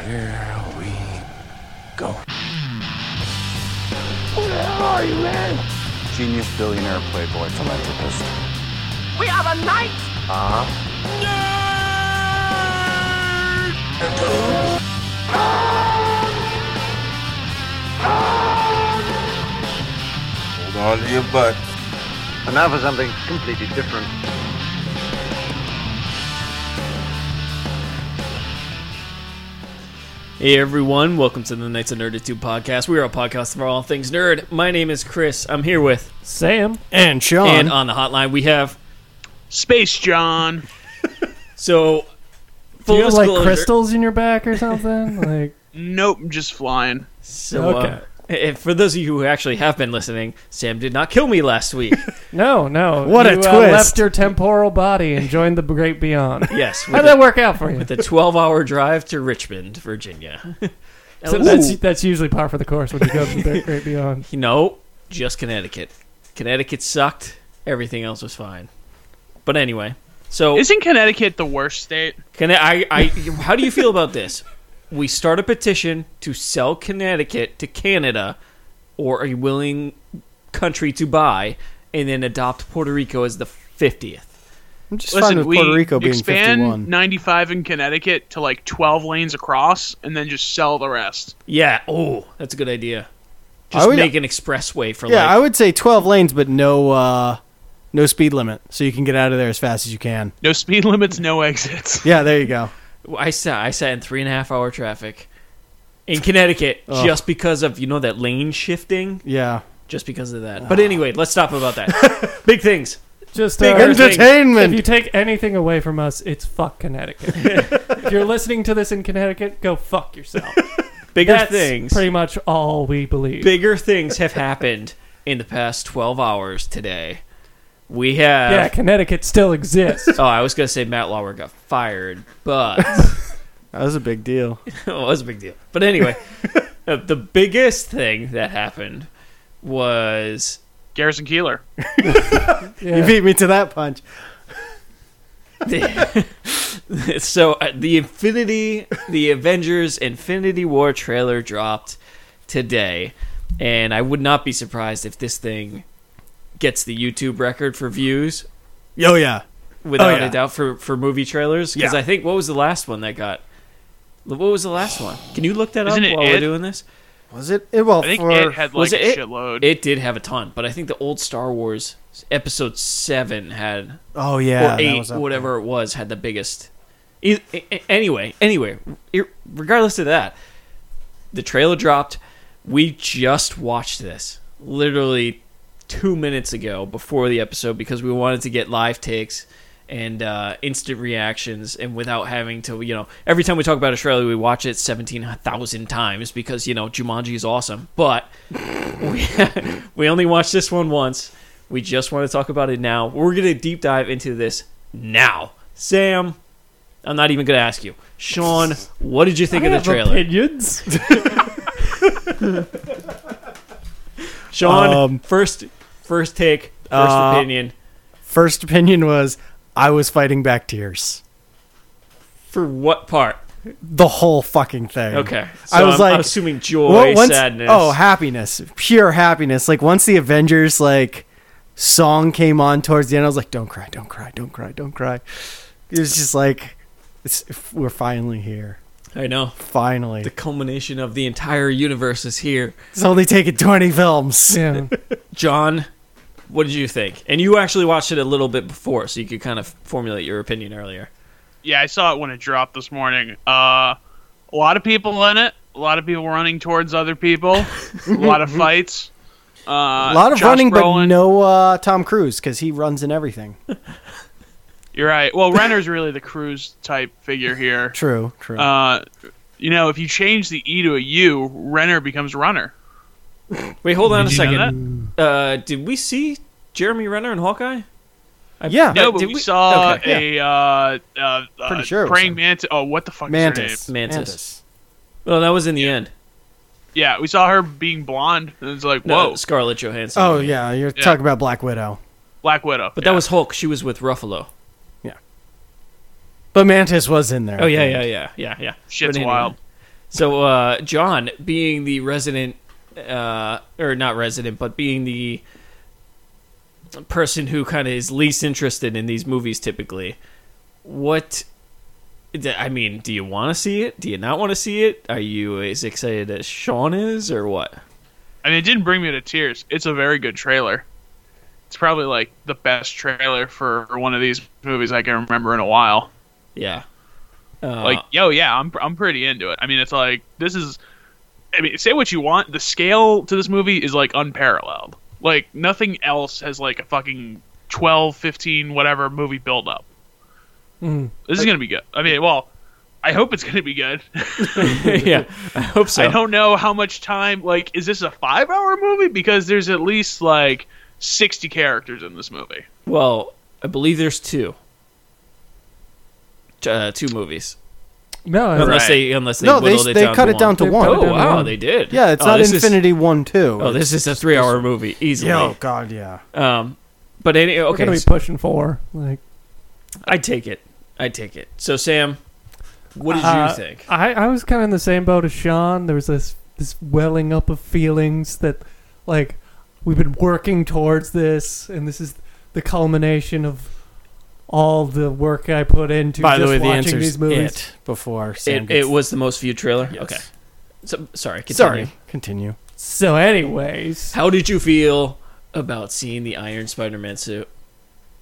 Here we go. Genius billionaire playboy philanthropist. Uh-huh. We are the knights Hold on to your butt. And now for something completely different. Hey everyone, welcome to the Knights of Nerditude podcast. We are a podcast for all things nerd. My name is Chris. I'm here with Sam and Sean. and on the hotline we have Space John. so Do full you have like disclosure- crystals in your back or something? like Nope, just flying. So, uh, Okay. if- for those of you who actually have been listening, Sam did not kill me last week. no, no. What a you, Uh, twist. left your temporal body and joined the great beyond. yes, How'd with that a, work out for you? with a 12-hour drive to Richmond, Virginia. That So was- that's that's usually par for the course when you go to the great beyond. you know, just Connecticut. Connecticut sucked. Everything else was fine. But anyway, so Isn't Connecticut the worst state? Can I, I? How do you feel about this? We start a petition to sell Connecticut to Canada or a willing country to buy, and then adopt Puerto Rico as the fiftieth. I'm just fine Listen, with we Puerto Rico being expand 51. 95 in Connecticut to like 12 lanes across, and then just sell the rest. Yeah. Oh, that's a good idea. I Just would- make an expressway for yeah, I like. would say 12 lanes, but no uh, no speed limit, so you can get out of there as fast as you can. No speed limits, no exits. Yeah, there you go. I sat. I sat in three and a half hour traffic in Connecticut just because of you know that lane shifting. Yeah, Just because of that. But anyway, let's stop about that. Big things. Just Big uh, If entertainment. you take anything away from us, it's fuck Connecticut. if you're listening to this in Connecticut, go fuck yourself. Bigger That's things. pretty much all we believe. bigger things have happened in the past 12 hours today. We have. yeah, Connecticut still exists. Oh, I was going to say Matt Lauer got fired, but that was a big deal. it was a big deal. But anyway, uh, the biggest thing that happened was. Garrison Keeler. You beat me to that punch. so uh, the Infinity, the Avengers Infinity War trailer dropped today, and I would not be surprised if this thing gets the YouTube record for views Oh yeah, without yeah. a doubt for for movie trailers because Yeah. I think what was the last one that got what was the last one? Can you look that Isn't up it while we're It? doing this? was it? it well, I think for, it had like was a it it? shitload. It did have a ton, but I think the old Star Wars episode 7 had oh yeah, or that 8 was up whatever it was had the biggest E- a- anyway, anyway, ir- regardless of that, the trailer dropped. We just watched this literally two minutes ago before the episode because we wanted to get live takes and uh, instant reactions and without having to, you know, every time we talk about Australia, we watch it 17,000 times because, you know, Jumanji is awesome. But we, we only watched this one once. We just want to talk about it now. We're going to deep dive into this now. Sam, I'm not even going to ask you. Sean, what did you think I of the have trailer? Opinions. Sean, Um, first first take, first Uh, opinion First opinion was I was fighting back tears. for what part? The whole fucking thing. Okay, so I was I'm, like I'm assuming joy, Well, once- sadness. Oh, happiness, pure happiness. Like once the Avengers like song came on towards the end, I was like, "Don't cry, don't cry, don't cry, don't cry." It was just like, it's, "We're finally here, I know. finally." The culmination of the entire universe is here. It's only taken twenty films. Yeah. John, what did you think? And you actually watched it a little bit before, so you could kind of formulate your opinion earlier. yeah, I saw it when it dropped this morning. Uh, a lot of people in it. A lot of people running towards other people. a lot of fights. Uh, A lot of Josh running, but Brolin. no uh, Tom Cruise because he runs in everything. You're right. Well, Renner's really the cruise type figure here. True, true. Uh, you know, if you change the E to a U, Renner becomes Runner. Wait, hold on a you know second. Uh, did we see Jeremy Renner and Hawkeye? yeah, No, but did we, we- saw okay, a uh, uh, uh, Pretty sure it was praying him. mantis. Oh, what the fuck is Mantis. her name? Mantis. Well, that was in the end. Yeah, we saw her being blonde, and it's like, No, whoa, Scarlett Johansson. Oh yeah, you're Yeah. talking about Black Widow, Black Widow. But Yeah. that was Hulk. She was with Ruffalo. but Mantis was in there. Oh yeah, yeah, yeah, yeah, yeah. shit's But anyway. wild. So uh, John, being the resident, uh, or not resident, but being the person who kind of is least interested in these movies, typically, what? d- I mean, do you want to see it? Do you not want to see it? Are you as excited as Sean is, or what? I mean, it didn't bring me to tears. It's a very good trailer. It's probably like the best trailer for one of these movies I can remember in a while. Yeah. Uh, like, yo, yeah, I'm I'm pretty into it. I mean, it's like this is. I mean, say what you want. The scale to this movie is like unparalleled. Like nothing else has like a fucking 12, 15, whatever movie build up. Mm-hmm. Mm. This is gonna be good. I mean, well, I hope it's gonna be good. yeah, I hope so. I don't know how much time. Like, is this a five-hour movie? Because there's at least like sixty characters in this movie. Well, I believe there's two. Uh, two movies, No, I- unless Right. they unless they No, they- whittled it they down cut to it down one. to They one. cut it Oh down to wow, one. they did. Yeah, it's Oh, not this is- Infinity One Two. oh, this is a three-hour movie easily. Yeah, oh god, yeah. Um, but any we're okay, gonna be pushing four. Like, I take it. I take it. So Sam, what did Uh, you think? I, I was kind of in the same boat as Sean. There was this this welling up of feelings that, like, we've been working towards this, and this is the culmination of all the work I put into By the just way, the watching answer these is movies. it before Sam It, gets- it was the most viewed trailer. Yes. Okay, so, sorry. Continue. Sorry, continue. So, anyways, How did you feel about seeing the Iron Spider-Man suit?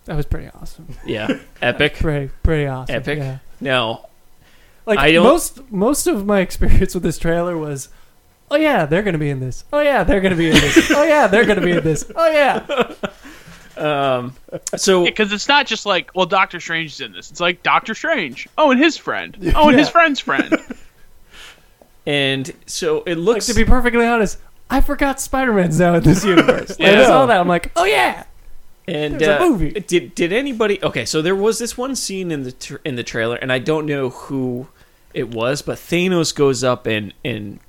that was pretty awesome. Yeah, epic. Pretty pretty awesome. Epic. Yeah. Now, Like I don't- most most of my experience with this trailer was. Oh yeah, they're gonna be in this. Oh yeah, they're gonna be in this. Oh yeah, they're gonna be in this. Oh yeah. um, so Because it's not just like, well, Doctor Strange's in this. It's like Doctor Strange. Oh, and his friend. Oh, and his friend's friend. and so it Like looks to be perfectly honest, I forgot Spider Man's now in this universe. Like, Yeah. I saw that. I'm like, oh yeah. And There's a uh, movie. Did did anybody? Okay, so there was this one scene in the tr in the trailer, and I don't know who it was, but Thanos goes up and and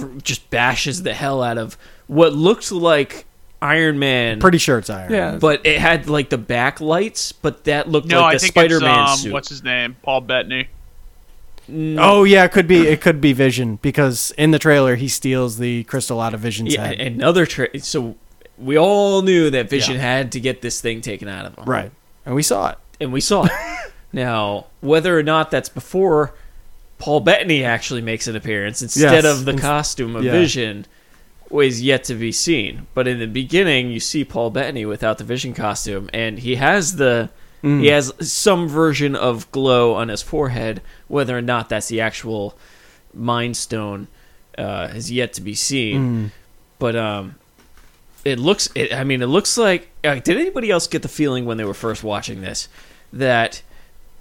r- just bashes the hell out of what looks like Iron Man. Pretty sure it's Iron. Yeah. but it had like the backlights, but that looked No, like I the think Spider Man it's um, suit. what's his name? Paul Bettany. Oh yeah, it could be it could be Vision because in the trailer he steals the crystal out of Vision's yeah, head. another tra- so we all knew that Vision had to get this thing taken out of him, right. And we saw it. and we saw it. now, whether or not that's before Paul Bettany actually makes an appearance instead Yes. of the costume of yeah. Vision is yet to be seen. But in the beginning, you see Paul Bettany without the Vision costume, and he has the Mm. he has some version of glow on his forehead. Whether or not that's the actual Mind Stone uh, is yet to be seen. Mm. But um. It looks. It, I mean, it looks like. Uh, did anybody else get the feeling when they were first watching this that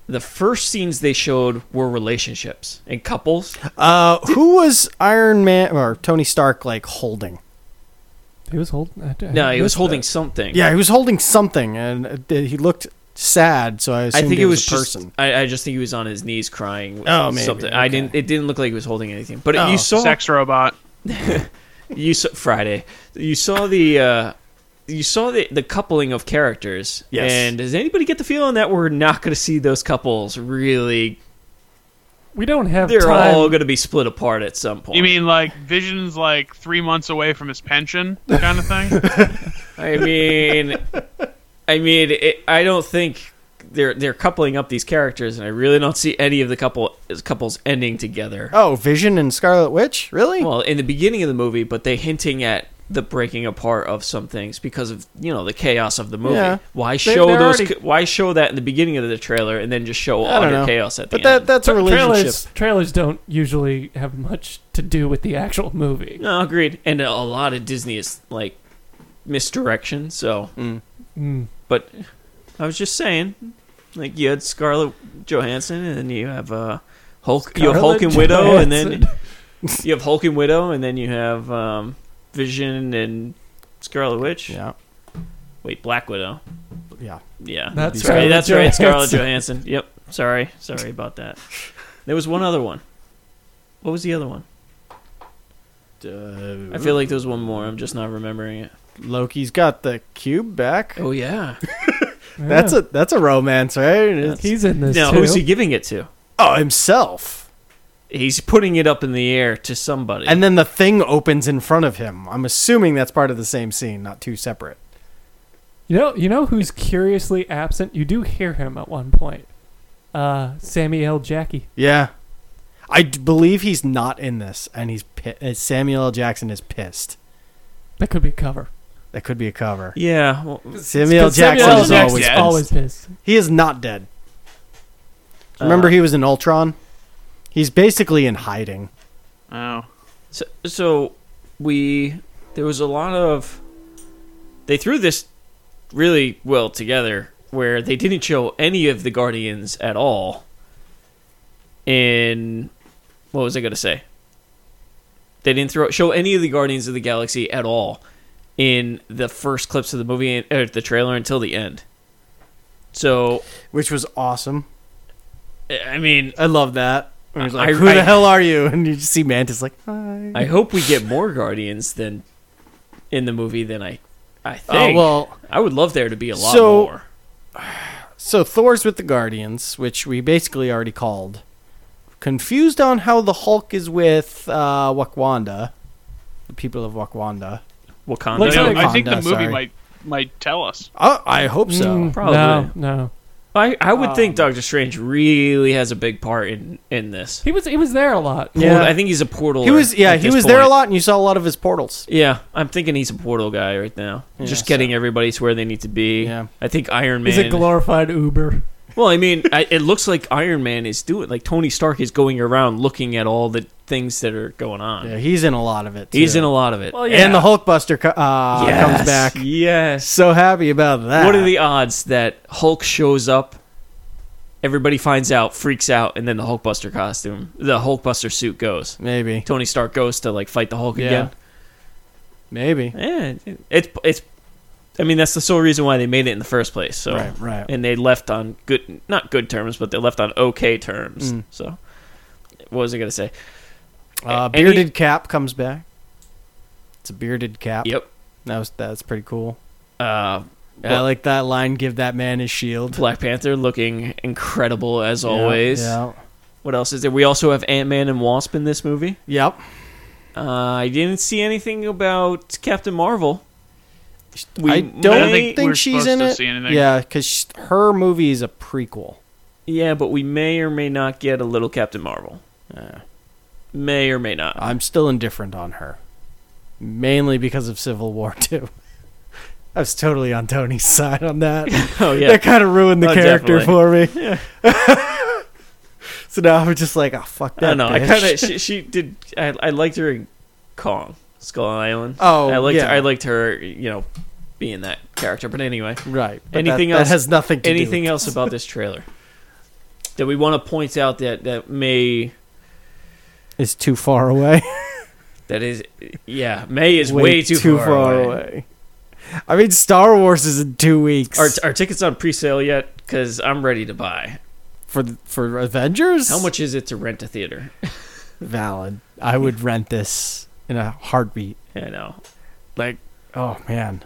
the first scenes they showed were relationships and couples. Uh, who was Iron Man or Tony Stark like holding? He was holding. I- I No, he was missed holding that. something. Yeah, he was holding something, and uh, he looked sad. So I I assumed think it was, a just. person. I, I just think he was on his knees crying. Oh, maybe. something. I Okay. didn't. It didn't look like he was holding anything. But Oh, you saw Sex robot. you saw Friday. You saw the. Uh, you saw the, the coupling of characters, Yes. and does anybody get the feeling that we're not going to see those couples really? We don't have They're time. all going to be split apart at some point. You mean like Vision's like three months away from his pension kind of thing? I mean, I mean, it, I don't think they're they're coupling up these characters, and I really don't see any of the couple couples ending together. Oh, Vision and Scarlet Witch, really? Well, in the beginning of the movie, but they hinting at the breaking apart of some things because of you know the chaos of the movie. Yeah. Why They- show they're those? already- Why show that in the beginning of the trailer and then just show I don't utter know. chaos at the but that end? that's a relationship. Trailers, trailers don't usually have much to do with the actual movie. no, agreed. And a lot of Disney is like misdirection. So, Mm. but I was just saying, like you had Scarlett Johansson, and then you have uh, Hulk, you have Hulk Scarlett and Widow, and then Johansson. you have Hulk and Widow, and then you have um, Vision and Scarlet Witch. Yeah, Wait, Black Widow. yeah. Yeah, That's sorry, right. That's right, Johansson. Scarlett Johansson. Yep. Sorry, sorry about that. There was one other one. What was the other one? I feel like there was one more. I'm just not remembering it. Loki's got the cube back. Oh yeah. That's a that's a romance, right? It's- He's in this Now too. who's he giving it to? oh, himself. he's putting it up in the air to somebody. And then the thing opens in front of him. I'm assuming that's part of the same scene, not two separate. You know, you know who's curiously absent. You do hear him at one point. Uh, Samuel Jackie. Yeah. I d- believe he's not in this, and he's pi- uh, Samuel L. Jackson is pissed. That could be a cover. That could be a cover. yeah, well, Samuel L. Jackson Samuel L. is Jackson's always dead. pissed. Always pissed. He is not dead. Uh. Remember, he was in Ultron. He's basically in hiding. Oh. so, so we there was a lot of they threw this really well together where they didn't show any of the Guardians at all. In what was I going to say? They didn't throw show any of the Guardians of the Galaxy at all in the first clips of the movie or the trailer until the end. So which was awesome. I mean, I love that. And he's like, I- "Who I- the hell are you?" And you just see Mantis like, "Hi." I hope we get more Guardians than in the movie than I I oh think. well. I would love there to be a lot So- more. So Thor's with the Guardians, which we basically already called. Confused on how the Hulk is with uh, Wakanda, the people of Wakanda. Wakanda. Looks You know, like- I think the Wakanda, movie sorry. might might tell us. Oh, I hope so. Mm, Probably. No, no. I, I would think Um, Doctor Strange really has a big part in in this. He was he was there a lot. Yeah. Well, I think he's a portal. He was, yeah, at he this was there a point. lot, and you saw a lot of his portals. Yeah, I'm thinking he's a portal guy right now. Just getting everybody to where they need to be. Yeah. I think Iron Man. He's a glorified Uber. well, I mean, I, it looks like Iron Man is doing like Tony Stark is going around looking at all the things that are going on. Yeah, he's in a lot of it. he's too. in a lot of it. and the Hulkbuster co- uh, comes back. Yes. So happy about that. What are the odds that Hulk shows up, everybody finds out, freaks out, and then the Hulkbuster costume, the Hulkbuster suit goes. maybe, Tony Stark goes to like fight the Hulk Yeah. maybe. again. Yeah, it's it's. I mean, that's the sole reason why they made it in the first place. So Right, right. and they left on good, not good terms, but they left on okay terms. Mm. So what was I gonna say? Uh, Any- bearded cap comes back. It's a bearded cap. Yep. That was that's pretty cool. Uh, I Well- like that line. Give that man his shield. Black Panther looking incredible as always. Yeah. What else is there? We also have Ant Man and Wasp in this movie. Yep. Uh, I didn't see anything about Captain Marvel. We may- I don't think think, we're she's supposed in to it. see anything. Yeah, because her movie is a prequel. yeah, but we may or may not get a little Captain Marvel. Uh, May or may not. I'm still indifferent on her, mainly because of Civil War Two. I was totally on Tony's side on that. oh yeah, That kind of ruined the Oh, character definitely. for me. so now I'm just like, oh fuck I that. don't know. I bitch." kind of she, she did. I, I liked her in Kong Skull Island. Oh, I liked yeah. I liked her. You know, being that character. But anyway, right. but anything that, else? that has nothing to anything do. with- else about this trailer that we want to point out that that may It's too far away. that is yeah May is way, too, far, away. away. I mean, Star Wars is in two weeks Are, are tickets on pre-sale yet? Because I'm ready to buy. for for Avengers. How much is it to rent a theater? valid? I would rent this in a heartbeat. I know. Like, oh man,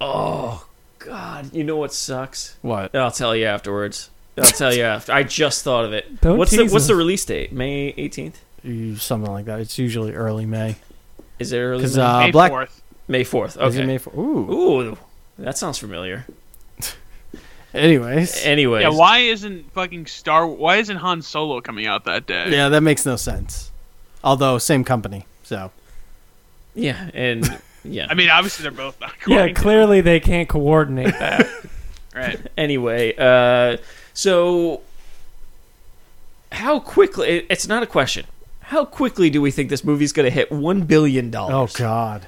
Oh God! You know what sucks? what? I'll tell you afterwards. I'll tell you after. I just thought of it. Don't what's the tease What's us. the release date? May 18th. You- Something like that. It's usually early May. Is it early? Because May? uh, May Black. 4th. May 4th. is it Okay. May four- Ooh. Ooh, that sounds familiar. Anyways. Anyways, Yeah, why isn't fucking Star why isn't Han Solo coming out that day? Yeah, that makes no sense. Although same company, so Yeah, and yeah. I mean, obviously they're both not Yeah, going. clearly they can't coordinate that. Right. anyway, uh, so how quickly? it- It's not a question. How quickly do we think this movie's going to hit one billion Oh dollars? God.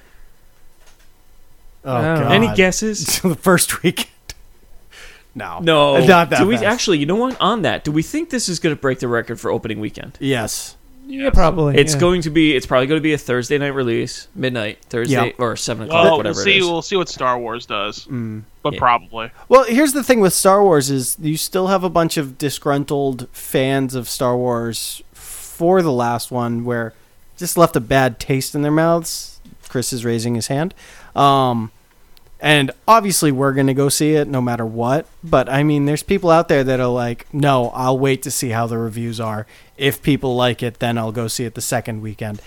Oh Wow. God. Any guesses? the first weekend. No. No, Not that Do we fast. actually? You know what? On that, do we think this is going to break the record for opening weekend? Yes. yeah, probably. It's yeah. going to be. It's probably going to be a Thursday night release, midnight Thursday Yeah. or seven o'clock, Well, we'll whatever see. it is. Mm, We'll see what Star Wars does, but probably. Well, here's the thing with Star Wars is you still have a bunch of disgruntled fans of Star Wars for the last one where just left a bad taste in their mouths. Chris is raising his hand. Um and obviously we're going to go see it no matter what, but I mean there's people out there that are like, "No, I'll wait to see how the reviews are if people like it, then I'll go see it the second weekend.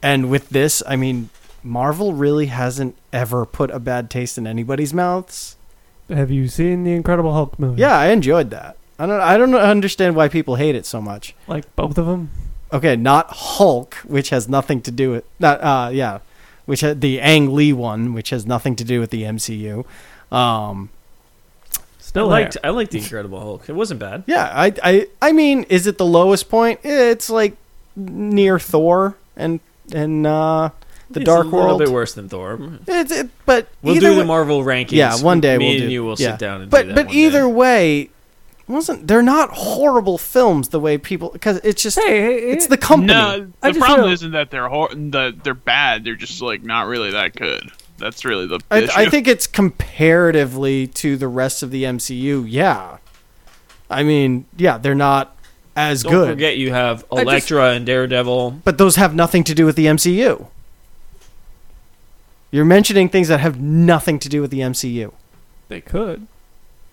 And with this, I mean, Marvel really hasn't ever put a bad taste in anybody's mouths. Have you seen the Incredible Hulk movie? Yeah, I enjoyed that. I don't I don't understand why people hate it so much. like both of them. Okay, not Hulk, which has nothing to do with not uh yeah, which had the Ang Lee one, which has nothing to do with the MCU. Um I Still liked there. I liked the Incredible Hulk. It wasn't bad. yeah, I I I mean, is it the lowest point? Eh, It's like near Thor and and uh the It's a Dark little World. bit worse than Thor. It's it, but We'll either do the way- Marvel rankings. Yeah, one day Me we'll and do. you will yeah. sit down and but do that but one either day. way, wasn't they're not horrible films the way people because it's just Hey, hey, it's hey. the company. No, I the just problem feel- isn't that they're hor- that they're bad. They're just like not really that good. That's really the I, issue. I think it's comparatively to the rest of the MCU. Yeah, I mean, yeah, they're not as Don't good, forget you have just- Elektra and Daredevil. but those have nothing to do with the MCU. You're mentioning things that have nothing to do with the MCU. They could.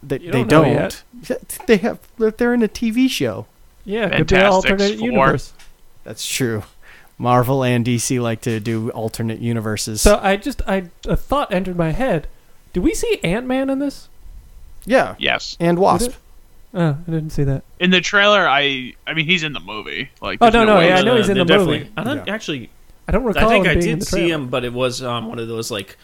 They You they don't know don't. They have. They're in a TV show. Yeah, it could be an Fantastic alternate Four. universe. That's true. Marvel and DC like to do alternate universes. So I just I a thought entered my head. Do we see Ant Man in this? yeah. yes. And Wasp. Oh, I didn't see that. In the trailer, I I mean he's in the movie. Like Oh, there's no, no, way yeah, I that- know he's in they're the definitely- movie. I don't actually. I don't recall. I think him I being in did the see trailer. him, but it was um, one of those like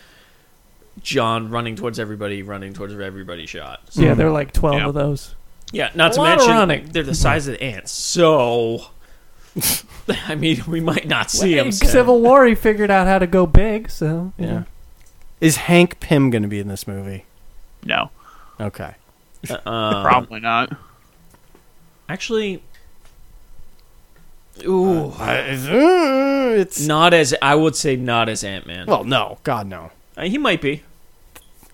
John running towards everybody, running towards everybody shot. So, Yeah, there are like twelve Yeah. of those. yeah, not A to lot of mention running. they're the size of the ants. So, I mean, we might not see him. so- Civil War, he figured out how to go big, so yeah. Yeah. Is Hank Pym going to be in this movie? No, Okay. Um, probably not. Actually, ooh, Uh, uh, It's not as I would say not as Ant Man. well, no, God no. he might be.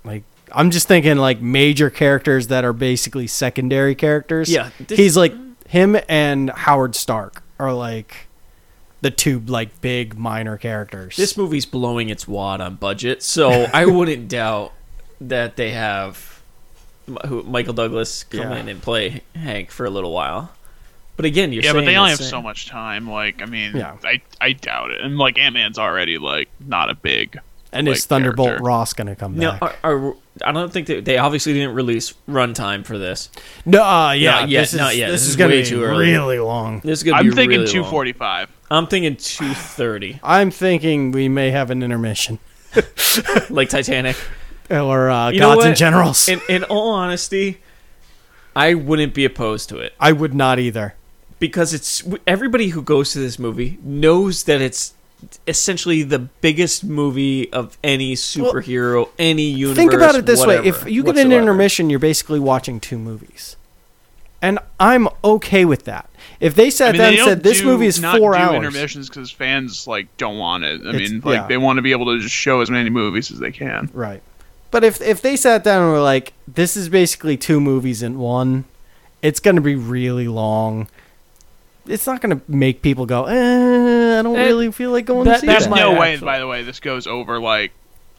Like I'm just thinking like major characters that are basically secondary characters. Yeah, this- He's like him and Howard Stark are like the two like big minor characters. This movie's blowing its wad on budget, so I wouldn't doubt that they have M- who, Michael Douglas come Yeah. in and play Hank for a little while. But again, you're Yeah, but saying they only have it's- so much time. Like I mean, Yeah. I I doubt it. And like Ant Man's already like not a big. and like, is Thunderbolt character. Ross going to come No, uh, back? are, are, I don't think they, they obviously didn't release runtime for this. no, uh, yeah, Not yet, this is, not yet. This, This is is going to way be too early. really long. This is gonna I'm be thinking really long. 245. I'm thinking 230, I'm thinking we may have an intermission like Titanic. or uh, You know gods and what? generals. In, in all honesty, I wouldn't be opposed to it. I would not either. because it's everybody who goes to this movie knows that it's essentially the biggest movie of any superhero, any universe. Think about it this way: whatever, if you get an whatsoever. intermission, you're basically watching two movies, and I'm okay with that. If they sat I mean, down they and don't said this do- movie is not four do hours, intermissions because fans like don't want it. I It's- mean, like yeah. they want to be able to just show as many movies as they can. right? But if if they sat down and were like, "This is basically two movies in one," it's going to be really long. It's not going to make people go, eh, "I don't Eh, really feel like going to that- see that's that." my- no way actually- by the way this goes over like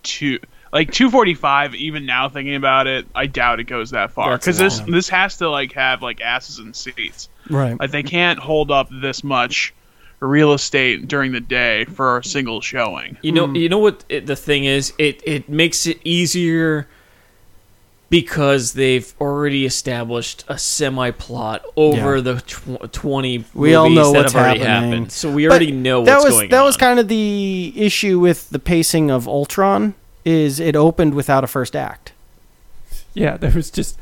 two like 245 even now thinking about it i doubt it goes that far That's because this long. this has to like have like asses and seats right. like they can't hold up this much real estate during the day for a single showing you Hmm. know, you know what it, the thing is, it it makes it easier because they've already established a semi plot over Yeah. the tw- twenty. We all movies know that what's have already happening. happened, so we already But know what's that was going that on. was kind of the issue with the pacing of Ultron is it opened without a first act. Yeah, there was just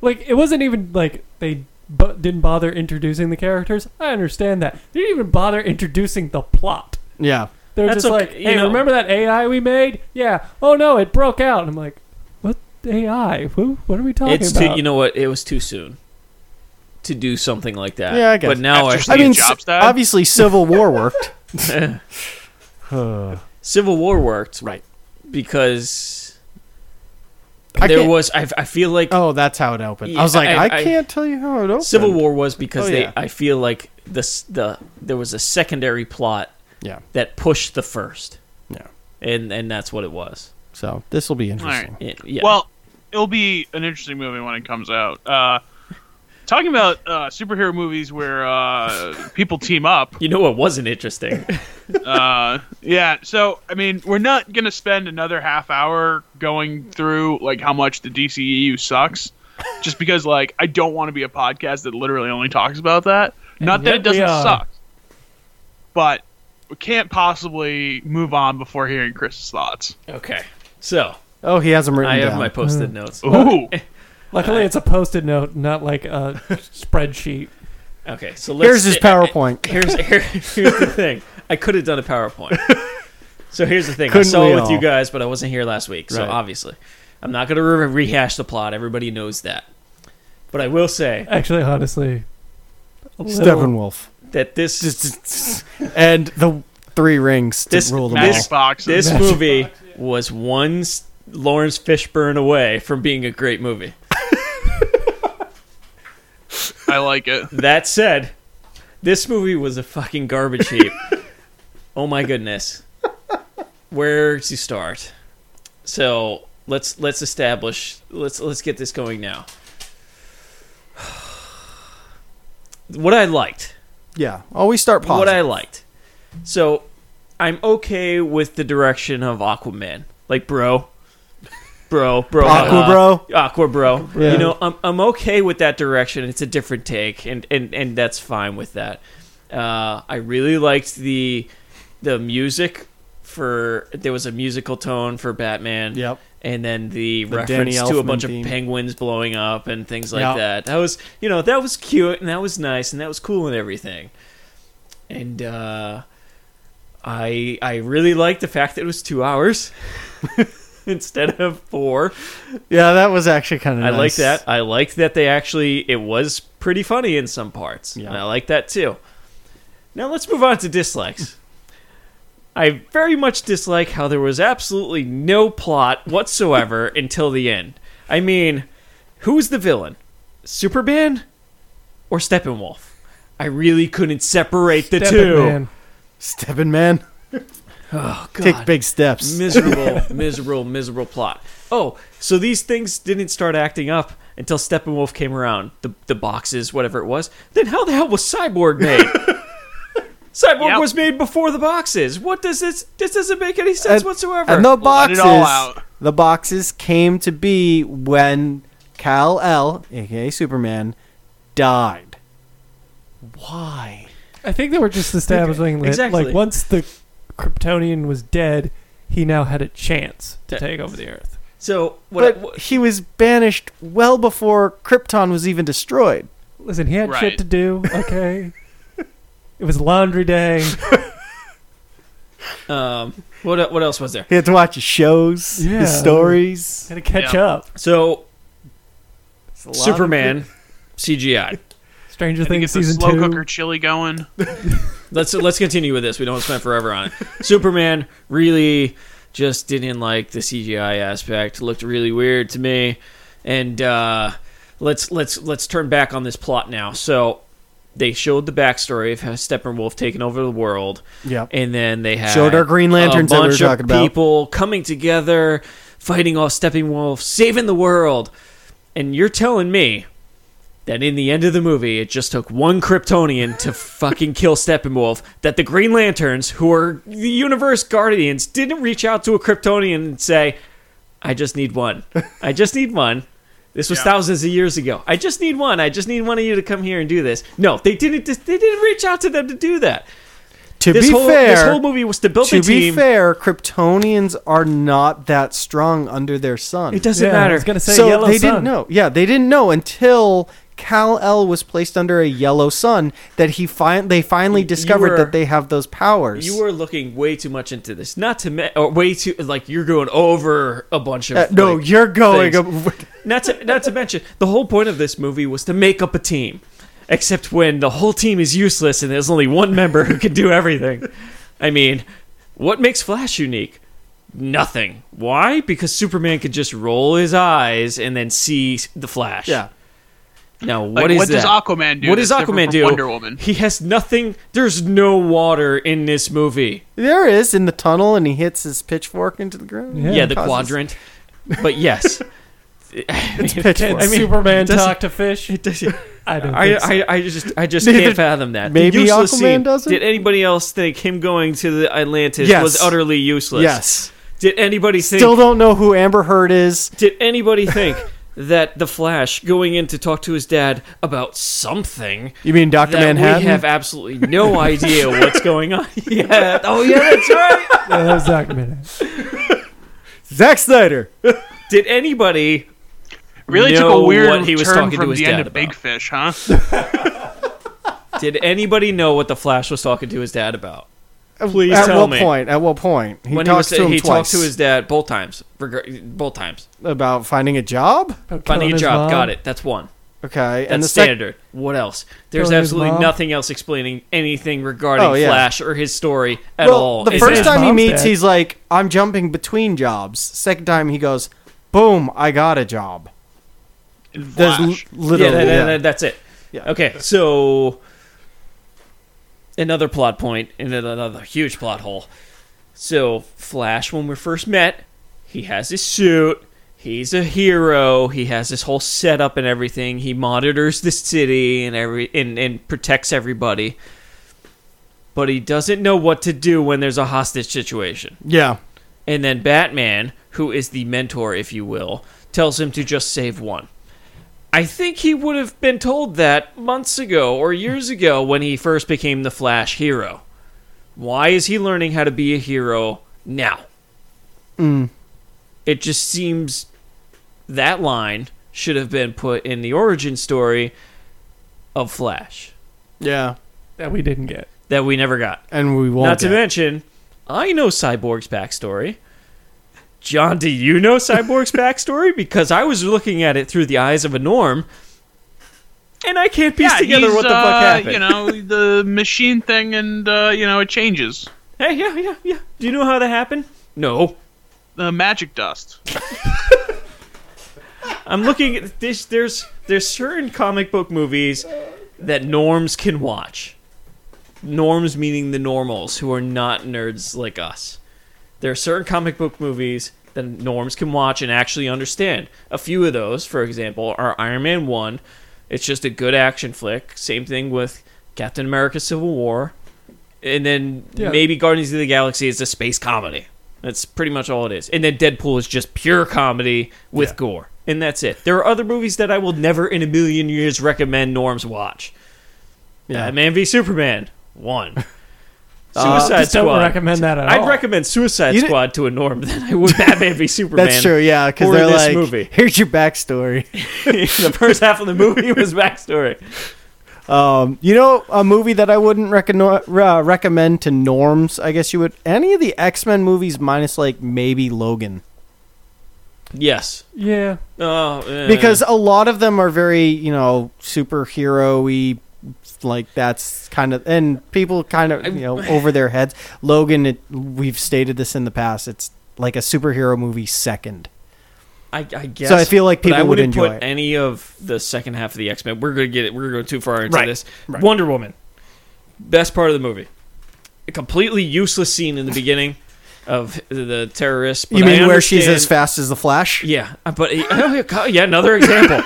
like it wasn't even like they bu- didn't bother introducing the characters. I understand that. They didn't even bother introducing the plot. Yeah, They're That's just okay, like, you "Hey, know- remember that AI we made? Yeah. Oh no, it broke out." And I'm like, "What AI? Who? What are we talking it's about?" too, you know what? It was too soon to do something like that. Yeah, I guess. But now After I, seeing- I mean, Steve Jobs s- died? obviously Civil War worked. Civil War worked, Right. Because I there can't- was, I, I feel like Oh, that's how it opened. I Yeah, was like, I, I- I- can't tell you how it opened. Civil War was because Oh, they, yeah. I feel like this the there was a secondary plot Yeah, that pushed the first, yeah. and and that's what it was. So this will be interesting. Yeah, yeah. well it'll be an interesting movie when it comes out uh Talking about uh, superhero movies where uh, people team up. You know what wasn't interesting? Uh, yeah, so I mean, we're not gonna spend another half hour going through like how much the DCEU sucks, just because like I don't want to be a podcast that literally only talks about that. not that yet it doesn't we are. suck, but we can't possibly move on before hearing Chris's thoughts. okay. So, Oh, he has them written I have down. my post-it notes. Ooh, Luckily, it's a post-it note, not like a spreadsheet. Okay, so let's Here's his PowerPoint. here's here- here's the thing. I could have done a PowerPoint. So here's the thing. Couldn't I saw we it with you all? guys, but I wasn't here last week. So Right. obviously, I'm not going to re- rehash the plot. Everybody knows that. But I will say Actually, honestly, a little- Steppenwolf. that this and the three rings to This rule them magic This- all. box. this movie was one s- Lawrence Fishburne away from being a great movie. I like it. That said, this movie was a fucking garbage heap. oh my goodness. Where to start? So let's let's establish let's let's get this going now. What I liked. Yeah, always start What I positive. liked. So I'm okay with the direction of Aquaman. Like bro. Bro, bro, Aqua uh, bro? Aqua bro. Yeah. You know, I'm I'm okay with that direction. It's a different take, and and and that's fine with that. Uh, I really liked the the music for there was a musical tone for Batman. Yep. And then the, Danny reference to a Elfman bunch theme. of penguins blowing up and things like Yeah. that. That was you know that was cute and that was nice and that was cool and everything. And uh, I I really liked the fact that it was two hours. Instead of four, yeah, that was actually kind of. I like that. I like that they actually it was pretty funny in some parts, Yeah. and I like that too. Now let's move on to dislikes. I very much dislike how there was absolutely no plot whatsoever until the end. I mean, who's the villain? Superman or Steppenwolf? I really couldn't separate the Steppenman. Stepping man, two. Oh, God. take big steps. miserable, miserable, miserable plot. Oh, so these things didn't start acting up until Steppenwolf came around. The the boxes, whatever it was. Then how the hell was Cyborg made? Cyborg Yep. was made before the boxes. What does this? This doesn't make any sense And- whatsoever. And the Let boxes, it all out. the boxes came to be when Cal L, aka Superman, died. Why? I think they were just establishing that, Exactly. like, once the Kryptonian was dead, he now had a chance to Yeah. take over the Earth. so what? But what- he was banished well before Krypton was even destroyed. Listen, he had Right. shit to do. Okay, it was laundry day. um, what what else was there? He had to watch his shows, Yeah. his stories. Gotta catch Yeah. up. So It's a lot of- Superman CGI. Stranger I think it's Things a season slow two. cooker chili going. let's let's continue with this. We don't want to spend forever on it. Superman really just didn't like the CGI aspect. Looked really weird to me. And uh, let's let's let's turn back on this plot now. So they showed the backstory of how Steppenwolf taking over the world. Yep. And then they had Showed our Green Lanterns a that we were bunch talking of about. people coming together, fighting off Steppenwolf, saving the world. And you're telling me that in the end of the movie, it just took one Kryptonian to fucking kill Steppenwolf. That the Green Lanterns, who are the universe guardians, didn't reach out to a Kryptonian and say, I just need one. I just need one. This was thousands of years ago. I just need one. I just need one of you to come here and do this. No, they didn't. They didn't reach out to them to do that. To This be whole fair, this whole movie was to build to a be team. fair, Kryptonians are not that strong under their sun. it doesn't Yeah, I matter. was gonna say so yellow they sun. didn't know. Yeah, they didn't know until Cal L was placed under a yellow sun that he fin- they finally discovered were- that they have those powers. You are looking way too much into this. Not to me- or way too like you're going over a bunch of. Uh, no, like, you're going. things. ab- not to not to mention the whole point of this movie was to make up a team. Except when the whole team is useless and there's only one member who can do everything. I mean, what makes Flash unique? Nothing. Why? Because Superman could just roll his eyes and then see the Flash. yeah, Now, Like, what is what does that? Aquaman do What does that's different Aquaman from do? Wonder Woman? He has nothing. There's no water in this movie. there is in the tunnel, and he hits his pitchfork into the ground. Yeah, the Causes- quadrant. But yes, it's Can pitchfork. I mean, Superman it doesn't- talk to fish? It does, yeah. I don't I, think so. I, I just I just Maybe- can't fathom that. The maybe useless Aquaman scene. doesn't? Did anybody else think him going to the Atlantis Yes. was utterly useless? Yes. Did anybody think? Still don't know who Amber Heard is. did anybody think that the Flash going in to talk to his dad about something You mean Doctor that Manhattan? we have absolutely no idea what's going on? yeah. Oh yeah, that's right. Yeah, that was documented. Zack Snyder. Did anybody? Really took know a weird what he was talking turn to from his the end dad of Big about. Fish, huh? Did anybody know what the Flash was talking to his dad about? Please At tell what me. point? At what point? He when talks he was, to him he talked twice to his dad both times, reg- both times. about finding a job. About killing Finding a his job, mom. got it. That's one. Okay, That's and the sec- standard. what else? There's Killing his absolutely mom. nothing else explaining anything regarding Oh, yeah. Flash or his story at well, all. The Is first it- his time he mom's meets, dead? he's like, "I'm jumping between jobs." Second time, he goes, "Boom! I got a job." There's l- Flash. yeah, literally that- that- yeah. that- that's it. Yeah. Okay, so another plot point and then another huge plot hole. So Flash, when we first met, he has his suit. He's a hero. He has this whole setup and everything. He monitors the city and every and, and protects everybody. But he doesn't know what to do when there's a hostage situation. yeah. And then Batman, who is the mentor, if you will, tells him to just save one. I think he would have been told that months ago or years ago when he first became the Flash hero. Why is he learning how to be a hero now? It just seems that line should have been put in the origin story of Flash Yeah, that we didn't get. that we never got. and we won't. Not to get. mention, I know Cyborg's backstory. John, do you know Cyborg's backstory? Because I was looking at it through the eyes of a norm, and I can't piece yeah, together he's, what the uh, fuck happened. You know, the machine thing, and uh, you know, it changes. Hey, yeah, yeah, yeah. Do you know how that happened? No. The magic dust. I'm looking at this. There's there's certain comic book movies that norms can watch. Norms meaning the normals who are not nerds like us. There are certain comic book movies that norms can watch and actually understand. A few of those, for example, are Iron Man One. It's just a good action flick. Same thing with Captain America: Civil War, and then Yeah. maybe Guardians of the Galaxy is a space comedy. That's pretty much all it is. And then Deadpool is just pure comedy with gore. And that's it. There are other movies that I will never in a million years recommend norms watch. Yeah. Batman v Superman, one. Uh, Suicide Just Squad. don't recommend that at I'd all. recommend Suicide You didn't- Squad to a norm than I would Batman v Superman. That's true. Yeah, because or they're this like, movie. "Here's your backstory." the first half of the movie was backstory. Um, you know, a movie that I wouldn't recon- uh, recommend to norms, I guess you would. Any of the X Men movies, minus like maybe Logan, Yes. Yeah, Oh, eh. because a lot of them are very, you know, superhero y. Like that's kind of, and people kind of, you know, over their heads. Logan, it, we've stated this in the past. It's like a superhero movie second. I, I guess. So I feel like but people I would wouldn't enjoy put it. any of the second half of the X Men. We're gonna get it. We're going too far into Right, this. right. Wonder Woman, best part of the movie. A completely useless scene in the beginning of the terrorist. but you I mean where she's understand- as fast as the Flash? Yeah, but oh, yeah, God, yeah, another example.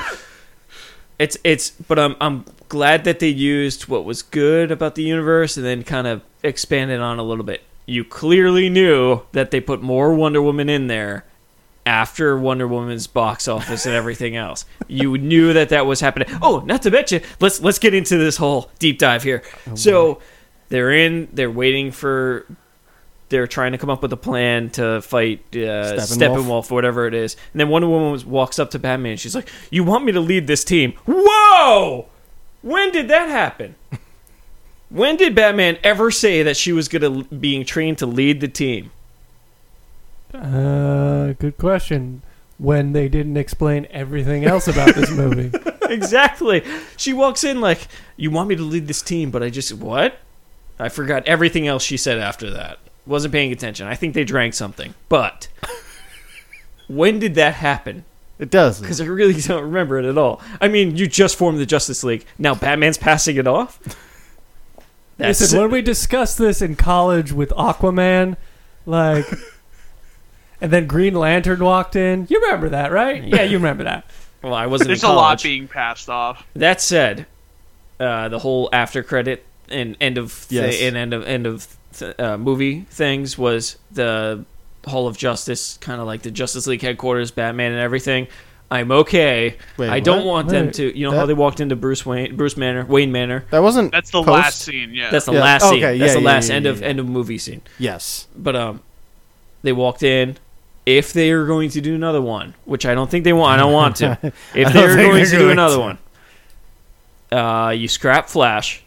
it's it's, but I'm I'm glad that they used what was good about the universe and then kind of expanded on a little bit. You clearly knew that they put more Wonder Woman in there after Wonder Woman's box office and everything else. You knew that that was happening. Oh, not to mention, let's let's get into this whole deep dive here. so they're in. They're waiting for. They're trying to come up with a plan to fight uh, Steppenwolf. Steppenwolf, whatever it is. And then Wonder Woman was- walks up to Batman. and She's like, "You want me to lead this team? Whoa! When did that happen? When did Batman ever say that she was going to being trained to lead the team? uh, good question. When they didn't explain everything else about this movie, exactly. She walks in like, "You want me to lead this team, but I just what? I forgot everything else she said after that. Wasn't paying attention. I think they drank something. But when did that happen? It does. Because I really don't remember it at all. I mean, you just formed the Justice League. Now Batman's passing it off. That's Listen, when we discussed this in college with Aquaman, like And then Green Lantern walked in. You remember that, right? Yeah, you remember that. Well, I wasn't. There's in a lot college. being passed off. That said, uh, the whole after credit and end of th- Yes. and end of end of th- uh, movie things was the Hall of Justice, kind of like the Justice League headquarters, Batman and everything. I'm okay. Wait, I don't what? want them Wait, to. You know that- how they walked into Bruce Wayne, Bruce Manor, Wayne Manor. That wasn't. That's the post? last scene. Yeah. That's the Yeah, last scene. okay, That's yeah, the yeah, last yeah, end yeah, of yeah. end of movie scene. Yes. But um, they walked in. If they are going to do another one, which I don't think they want, I don't want to. If don't they are think going they're to do going another to. one, uh, you scrap Flash.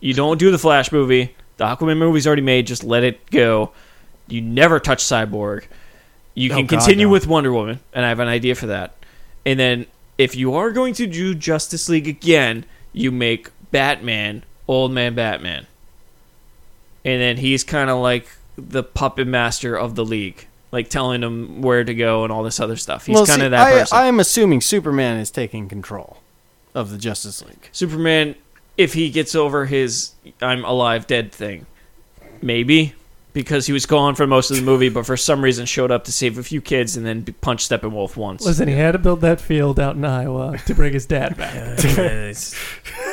You don't do the Flash movie. The Aquaman movie's already made. Just let it go. You never touch Cyborg. You Oh, can God, continue no. with Wonder Woman, and I have an idea for that. And then, if you are going to do Justice League again, you make Batman Old Man Batman and then he's kind of like the puppet master of the league, like telling him where to go and all this other stuff. He's Well, kind see, of that I, person. I'm assuming Superman is taking control of the Justice League. Superman, if he gets over his "I'm alive, dead" thing, maybe because he was gone for most of the movie, but for some reason showed up to save a few kids and then punched Steppenwolf once. Listen, he had to build that field out in Iowa to bring his dad back.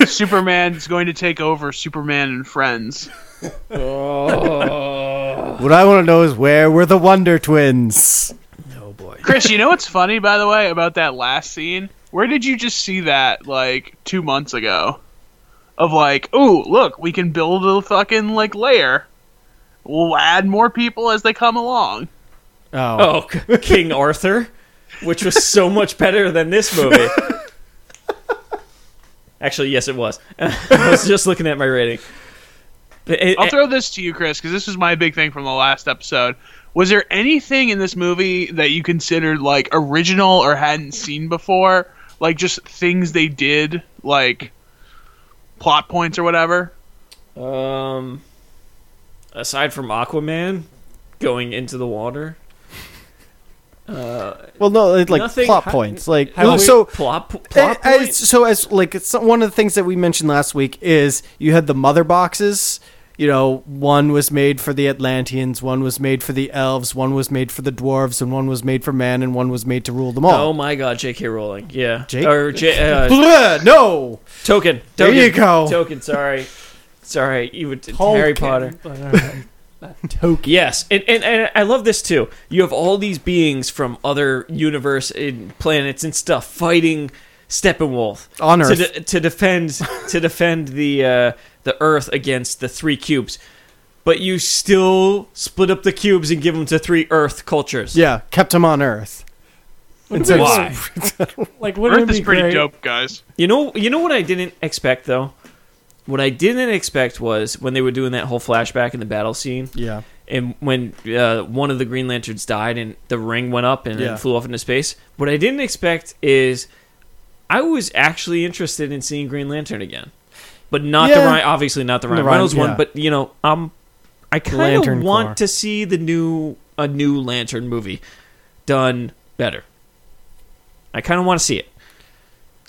Superman's going to take over Superman and Friends. What I want to know is where were the Wonder Twins? Chris, you know what's funny, by the way, about that last scene? Where did you just see that, like, two months ago? Of, like, ooh, look, we can build a fucking, like, layer. We'll add more people as they come along. Oh, oh, K- King Arthur, which was so much better than this movie. Actually, yes, it was. I was just looking at my rating. It- I'll throw this to you, Chris, because this is my big thing from the last episode. Was there anything in this movie that you considered, like, original or hadn't seen before? Like, just things they did, like, plot points or whatever? Um, aside from Aquaman going into the water, well, no, it, like Nothing- plot how- points, like how we- so. plot p- plot I- I- point? so as like it's one of the things that we mentioned last week is you had the mother boxes. You know, one was made for the Atlanteans, one was made for the elves, one was made for the dwarves, and one was made for man, and one was made to rule them oh all. my God, J.K. Rowling, yeah, Jake- or J- uh, Blah, no, Token. Token. There you go. Token. Sorry, sorry. You would Harry Potter. But, all right. Token. Yes, and, and and I love this too. You have all these beings from other universe and planets and stuff fighting Steppenwolf On to, Earth. de- to defend to defend the uh, the Earth against the three cubes. But you still split up the cubes and give them to three Earth cultures. yeah, kept him on Earth. Wouldn't It's it be- like- Like, wouldn't Earth it is be pretty great- dope, guys. You know, you know what I didn't expect though. What I didn't expect was when they were doing that whole flashback in the battle scene. Yeah, and when uh, one of the Green Lanterns died and the ring went up and then Yeah. flew off into space. What I didn't expect is I was actually interested in seeing Green Lantern again, but not the Yeah. Ryan, obviously not the Ryan Ryan- Reynolds yeah. one. But you know, um, I kind Lantern of want Corps. to see the new a new Lantern movie done better. I kind of want to see it.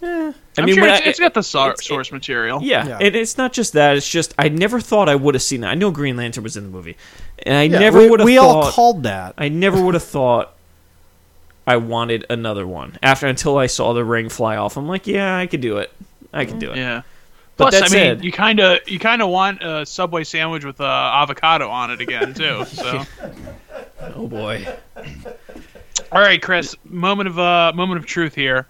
I Eh, I mean, mean, am sure when it's, I- it's got the sor- it's- it- source material. Yeah, Yeah. and it's not just that. It's just I never thought I would have seen that. I know Green Lantern was in the movie, and I Yeah, never we- would have. We thought, all called that. I never would have thought I wanted another one after until I saw the ring fly off. I'm like, yeah, I could do it. I could do it. Yeah. But Plus, I that mean, said- you kind of you kind of want a Subway sandwich with uh, avocado on it again too. So, Oh boy. all right, Chris, moment of uh, moment of truth here.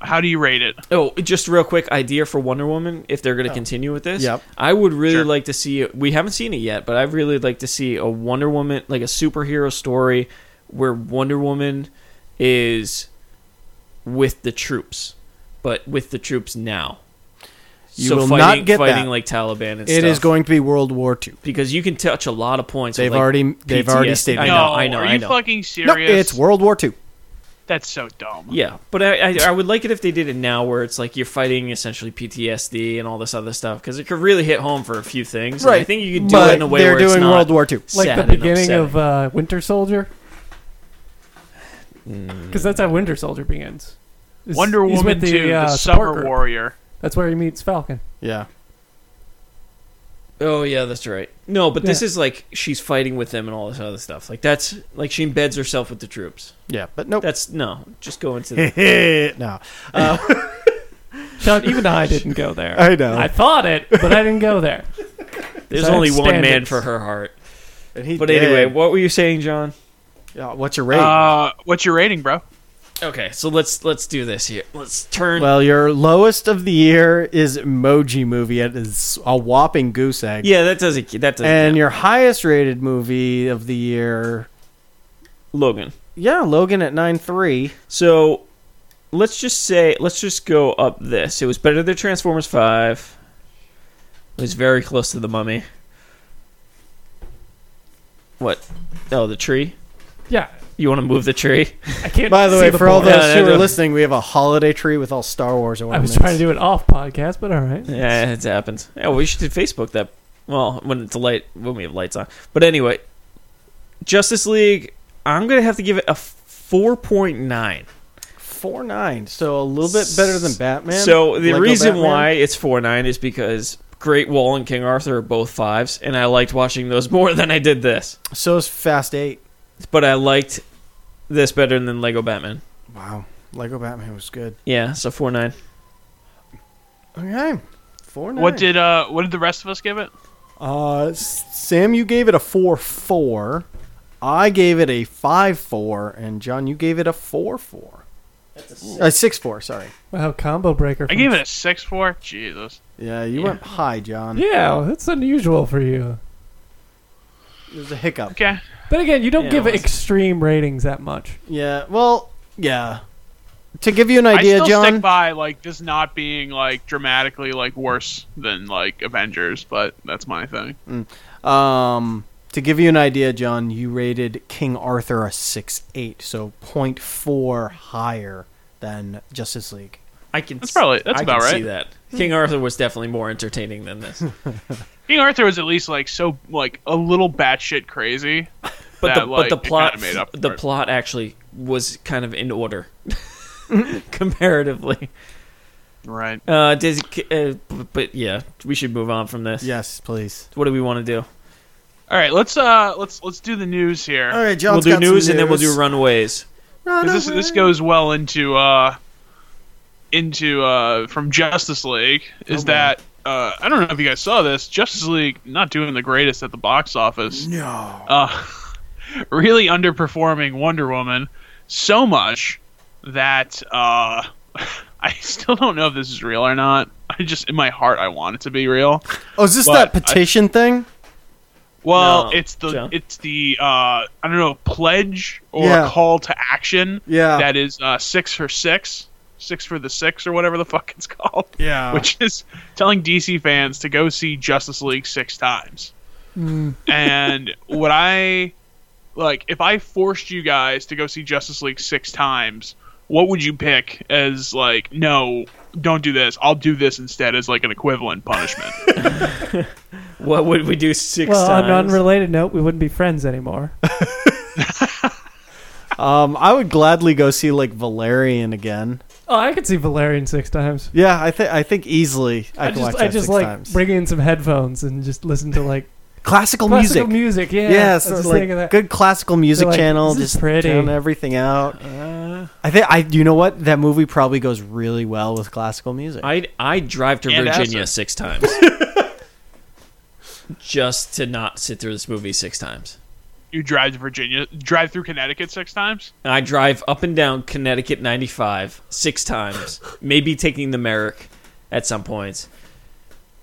How do you rate it? Oh, just real quick idea for Wonder Woman if they're going to continue with this. Oh. Yep. I would really Sure. like to see. We haven't seen it yet, but I really like to see a Wonder Woman like a superhero story where Wonder Woman is with the troops, but with the troops now. You so will not fighting, get fighting that. like Taliban. And It is stuff. going to be World War II. because you can touch a lot of points. with, They've like, already- they've already PTSD. stated I that. know, No, I know, Are I you know. fucking No, serious? it's World War II. That's so dumb. Yeah, but I, I I would like it if they did it now, where it's like you're fighting essentially PTSD and all this other stuff, because it could really hit home for a few things. and I Right, think you could do but it in a way they're where it's doing not World War II. sad Like the and beginning upsetting. of uh, Winter Soldier? Mm. Because that's how Winter Soldier begins. Is- Wonder he's Woman with two, the uh, support Summer group. Warrior. That's where he meets Falcon. Yeah. Oh yeah, that's right. No, but this Yeah. is like she's fighting with them and all this other stuff. Like that's like she embeds herself with the troops. Yeah, but nope. That's no, just go into the no, Chuck, even I didn't go there. I know. I thought it, but I didn't go there. There's That's only one man standards. for her heart. And he But did. anyway, what were you saying, John? Yeah, what's your rate? Uh, what's your rating, bro? Okay, so let's let's do this here. Let's turn well, your lowest of the year is Emoji Movie at is a whopping goose egg. Yeah, that doesn't that doesn't And your highest rated movie of the year, Logan. yeah, Logan at nine three. So let's just say let's just go up this. It was better than Transformers 5. It was very close to the mummy. What? Oh, the tree? Yeah, You want to move the tree? I can't. By the see way, for all board. those Yeah, who yeah, are yeah. listening, we have a holiday tree with all Star Wars I ornaments. was trying to do it off podcast, but all right. Yeah, it happens. Yeah, we should do Facebook that. Well, when it's light, when we have lights on. But anyway, Justice League. I'm gonna have to give it a 4.9. four nine, so a little bit better than Batman. So the Lego reason Batman. why it's 4.9 is because Great Wall and King Arthur are both fives, and I liked watching those more than I did this. so is Fast Eight. But I liked this better than Lego Batman. Wow, Lego Batman was good. Yeah, so 4.9. Okay, four nine. What did uh, what did the rest of us give it? Uh, S- Sam, you gave it a 4 4. I gave it a 5 4. And John, you gave it a 4 4. A 6 4, sorry. Wow, combo breaker. I from- gave it a six four. Jesus. Yeah, you went high, John. Yeah, well, that's unusual for you. There's a hiccup. Okay. But again, you don't Yeah, give it was- extreme ratings that much. Yeah, well, yeah. To give you an I idea, still John, stick by like this not being like dramatically like worse than like Avengers, but that's my thing. Mm. um, to give you an idea, John, you rated King Arthur a 6 8, so 0.4 higher than Justice League. I can. That's probably- that's I about can right. See that King Arthur was definitely more entertaining than this. King Arthur was at least like so like a little batshit crazy. but that, the, like, but it the plot kinda made up the for it. plot actually was kind of in order Mm-hmm. comparatively Right. uh, does it- uh b- but yeah we should move on from this Yes, please. what do we want to do All right. Let's uh let's let's do the news here. All right, John. we'll do news, and then we'll do runaways 'Cause this this goes well into uh into uh from Justice League is that uh I don't know if you guys saw this Justice League not doing the greatest at the box office. No. Uh really underperforming Wonder Woman so much that uh I still don't know if this is real or not. I just in my heart I want it to be real. Oh, is this But that petition thing? Well, No, it's the Joe? it's the uh, I don't know pledge or Yeah. call to action. Yeah. that is uh, six for six, six for the six or whatever the fuck it's called. Yeah. which is telling DC fans to go see Justice League six times. and what I like if I forced you guys to go see Justice League six times, what would you pick as like no, don't do this. I'll do this instead as like an equivalent punishment. what would we do six Well, on times an unrelated note, we wouldn't be friends anymore. Um, I would gladly go see like Valerian again. oh, I could see Valerian six times. Yeah, I think I think easily I, I could watch just, that I just six like times. bring in some headphones and just listen to like classical, classical music. music. Yeah, I Yes, was just like thinking that. good classical music They're like, channel. this is Just pretty. turn everything out. Uh, I think I. You know what? That movie probably goes really well with classical music. i i drive to And virginia acid. six times just to not sit through this movie six times you drive to Virginia, drive through Connecticut six times. I drive up and down Connecticut 95 six times, maybe taking the Merrick at some points,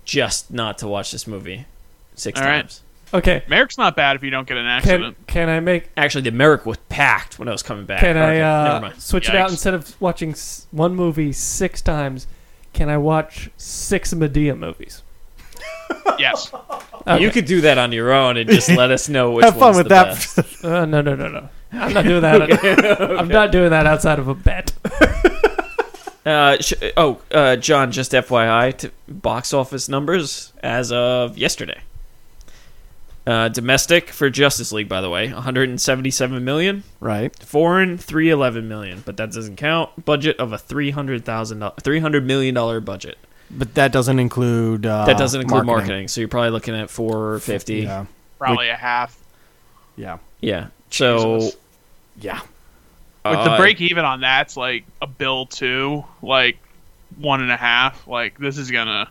just not to watch this movie six All right. times. okay, Merrick's not bad if you don't get in an can accident. can I make Actually, the Merrick was packed when I was coming back. Can I Okay, uh, Ah, never mind. switch it out Yikes. instead of watching s- one movie six times? Can I watch six Medea movies? yes. You could do that on your own and just let us know which Have fun one's the with that. best. Uh, no, no, no, no. I'm not doing that. I'm not doing that outside of a bet. Uh, sh- oh, uh, John, just FYI, to box office numbers as of yesterday. Uh, domestic for Justice League, by the way, 177 million. right. Foreign, three eleven million, but that doesn't count. Budget of a three hundred thousand, three hundred million dollar budget. But that doesn't include uh, That doesn't include marketing. so you're probably looking at four fifty. Yeah. Yeah, Probably a half. yeah. So Jesus. Yeah. With Uh, the break even on that's like a bill two, like one and a half. Like this is gonna,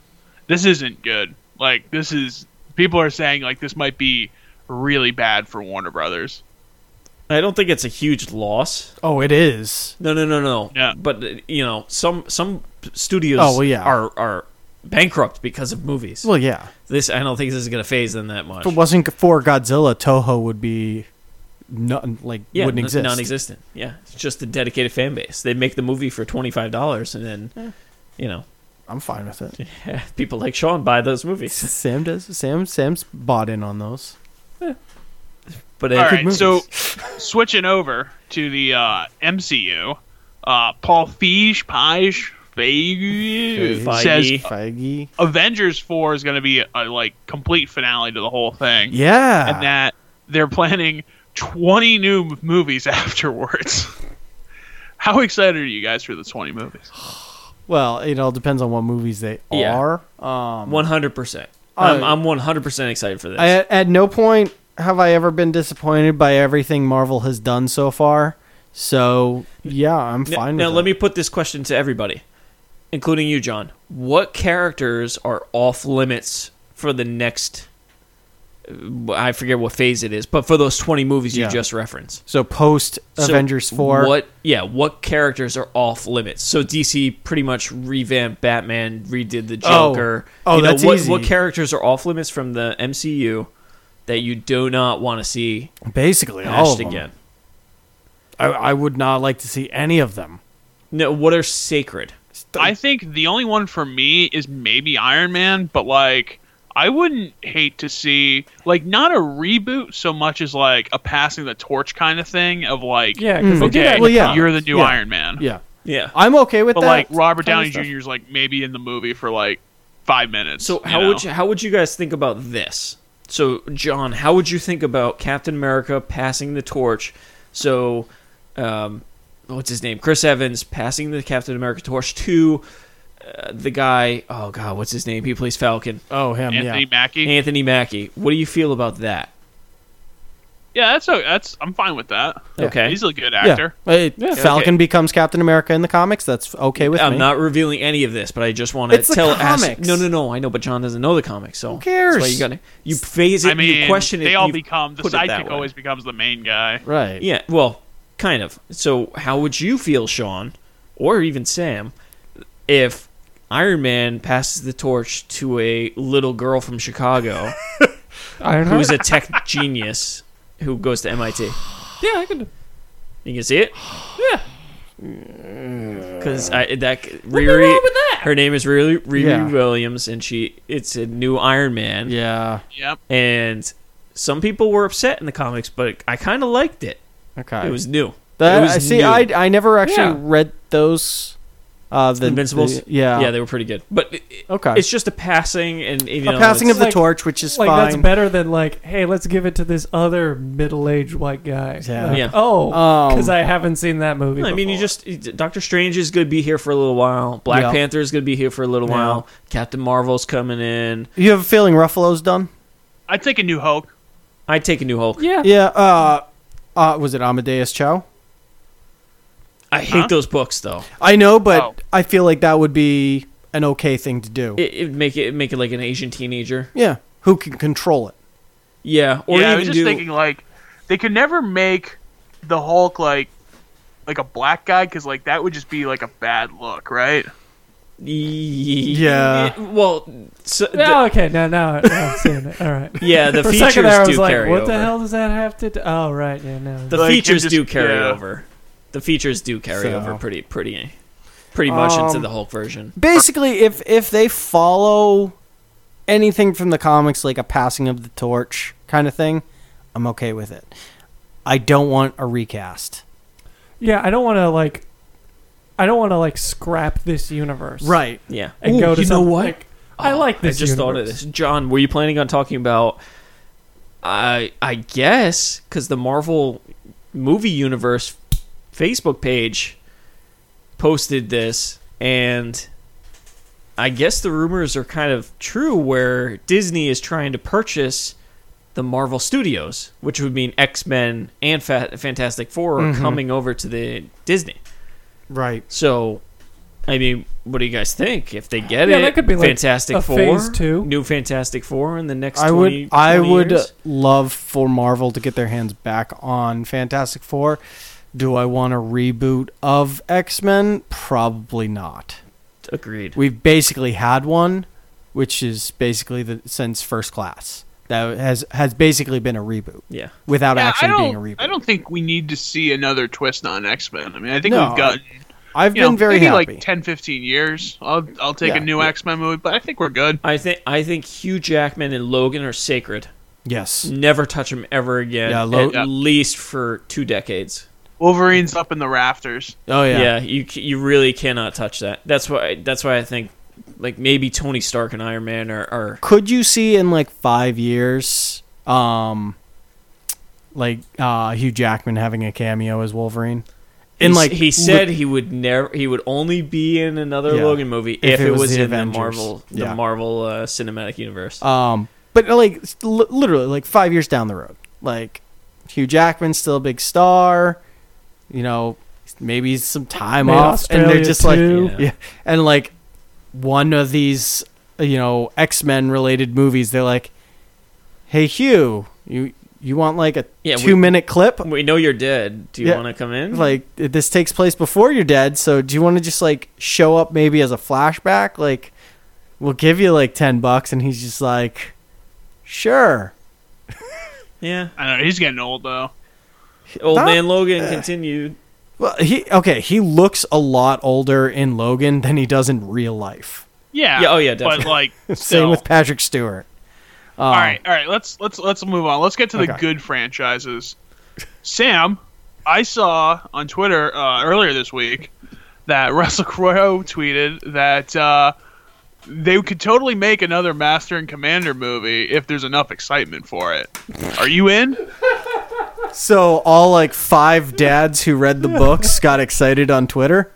this isn't good. Like this is people are saying like this might be really bad for Warner Brothers. I don't think it's a huge loss. Oh, it is. No, no, no, no. Yeah. But uh, you know, some some studios Oh, well, yeah. are are bankrupt because of movies. Well, yeah. this I don't think this is going to phase them that much. If it wasn't for Godzilla, Toho would be not like yeah, wouldn't n- exist. non-existent. Yeah, it's just a dedicated fan base. They make the movie for twenty five dollars, and then you know, I'm fine with it. people like Sean buy those movies. Sam does. Sam Sam's bought in on those. But All it- right, so switching over to the uh, MCU, uh, Paul Feige, Pige, Feige Feige. says Feige. Avengers Four is going to be a like complete finale to the whole thing. Yeah. and that they're planning 20 new m- movies afterwards. How excited are you guys for the 20 movies? well, it all depends on what movies they Yeah. are. Um, one hundred percent. I'm Uh, I'm one hundred percent excited for this. I, at no point have I ever been disappointed by everything Marvel has done so far. So yeah, I'm N- fine. Now, with let it. me put this question to everybody, including you, John. What characters are off limits for the next? uh, I forget what phase it is, but for those twenty movies Yeah. you just referenced, So post So Avengers four. What? Yeah, what characters are off limits? So DC pretty much revamped Batman, redid the Oh. Joker. Oh, you know, that's what, easy. What characters are off limits from the MCU that you do not want to see Basically, all of hashed them. again? I, I would not like to see any of them. No, what are sacred? I think the only one for me is maybe Iron Man, but like I wouldn't hate to see like not a reboot so much as like a passing the torch kind of thing of like Yeah, 'cause they did that okay, in Hmm. Well, yeah. you're the new Yeah. Iron Man. Yeah, Yeah. I'm okay with But that. like Robert kind Downey of stuff. Jr. is like maybe in the movie for like 5 minutes. So how would you how would you guys think about this? So John, how would you think about Captain America passing the torch? So, um, what's his name? Chris Evans passing the Captain America torch to uh, the guy. Oh God, what's his name? He plays Falcon. Oh him, Anthony yeah. Mackie? Anthony Mackie. What do you feel about that? yeah, that's o- that's I'm fine with that. Okay. He's a good actor. Yeah. Hey, Falcon becomes Captain America in the comics. That's okay with me. I'm not revealing any of this, but I just want to It's the tell. ask- comics. no, no, no. I know, but John doesn't know the comics, so who cares? That's why you got to you phase it. I mean, you question it. they all you become the put it that sidekick way. always becomes the main guy. right. Yeah, well, kind of. So, how would you feel, Sean, or even Sam, if Iron Man passes the torch to a little girl from Chicago Hmm. Ironheart. who's a tech genius who goes to MIT? Yeah, I could. You can see it? Yeah. Because I that Riri, wrong with that? her name is Riri, Riri Yeah. Williams, and she it's a new Iron Man, Yeah. Yep. and some people were upset in the comics, but I kind of liked it. Okay. It was new. That, it was see, new. I I never actually Yeah. read those. Uh, the Invincibles. the- yeah. yeah, they were pretty good. But it, it- Okay. it's just a passing and you know, a passing of it's- the like- torch, which is Like fine. that's better than like, hey, let's give it to this other middle-aged white guy. Yeah. Like, Yeah. Oh, Um, because I haven't seen that movie. I mean, you before. just Doctor Strange is going to be here for a little while. Black Yeah. Panther is going to be here for a little while. Captain Marvel's coming in. You have a feeling Ruffalo's done? I'd take a new Hulk. I'd take a new Hulk. yeah. Yeah. Uh, uh, was it Amadeus Cho? I hate those books though. I know, but Oh. I feel like that would be an okay thing to do. It, it'd make it it'd make it like an Asian teenager. yeah. Who can control it? Yeah, or yeah, I was even just do thinking like they could never make the Hulk like like a black guy because like that would just be like a bad look, right? yeah. well, so, the- Oh, okay, now now now I'm seeing it. All right. yeah, the For a features second there, I do was like, carry what over. the hell does that have to? do? Oh, right, yeah, no. The Like, him features just- do carry yeah. over. The features do carry So- over pretty pretty pretty much into Um, the Hulk version. Basically, if if they follow anything from the comics, like a passing of the torch kind of thing, I'm okay with it. I don't want a recast. yeah, I don't want to like, I don't want to like scrap this universe, Right. Yeah. And Ooh, go to you know something- what? like, I like Oh, I this. just thought of universe. this. John, were you planning on talking about I I guess cuz the Marvel movie universe Facebook page posted this and I guess the rumors are kind of true where Disney is trying to purchase the Marvel Studios, which would mean X Men and Fa- Fantastic Four Mm-hmm. are coming over to the Disney. Right. So, I mean, what do you guys think? If they get Yeah, it, that could be like Fantastic a Four, phase two. new Fantastic Four in the next. I 20, would I 20 would years? love for Marvel to get their hands back on Fantastic 4. Do I want a reboot of X-Men? Probably not. agreed. We've basically had one, which is basically the since first class. That has has basically been a reboot yeah, without Yeah, I actually being a don't. reboot. I don't think we need to see another twist on X Men. I mean, I think No, we've gotten I've you been know, very maybe happy. like 10, 15 years. I'll I'll take Yeah, a new yeah. X Men movie, but I think we're good. I think I think Hugh Jackman and Logan are sacred. yes. Mm-hmm. Never touch them ever again. Yeah, Lo- at least for two decades. Wolverine's up in the rafters. Oh yeah. Yeah. you c- you really cannot touch that. That's why that's why I think like maybe Tony Stark and Iron Man are, are Could you see in like 5 years um like uh Hugh Jackman having a cameo as Wolverine? He In s- like he said he would never he would only be in another Yeah. Logan movie If if, it it was was, the in the Avengers. Marvel the Yeah. Marvel uh, cinematic universe. Um, but like s- li- literally, like five years down the road, like Hugh Jackman's still a big star. You know, maybe some time Made off, and they're Australia just too. like, Yeah. yeah, and like one of these, uh, you know, X Men related movies. They're like, hey Hugh, you you want like a Yeah, we- two minute clip? we know you're dead. Do you Yeah. want to come in? Like this takes place before you're dead, so do you want to just like show up maybe as a flashback? Like we'll give you like ten bucks, and he's just like, sure. yeah. I don't know. He's getting old though. Old Not- man Logan continued. Well, he okay. He looks a lot older in Logan than he does in real life. Yeah. Yeah, oh, yeah, But definitely. like, Same still. with Patrick Stewart. Um, all right, all right. Let's let's let's move on. Let's get to the Okay. good franchises. Sam, I saw on Twitter uh, earlier this week that Russell Crowe tweeted that uh, they could totally make another Master and Commander movie if there's enough excitement for it. Are you in? So all like five dads who read the books got excited on Twitter.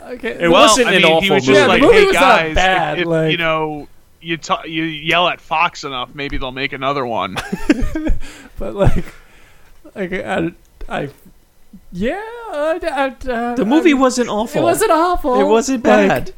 Okay. It Well, wasn't I an mean, awful he was movie. just like, movie hey was not guys, if- bad, if, like- you know, you ta you yell at Fox enough, maybe they'll make another one. But like, like I, I yeah, I, I, I, the movie I- wasn't awful. It wasn't awful. It wasn't Like, bad.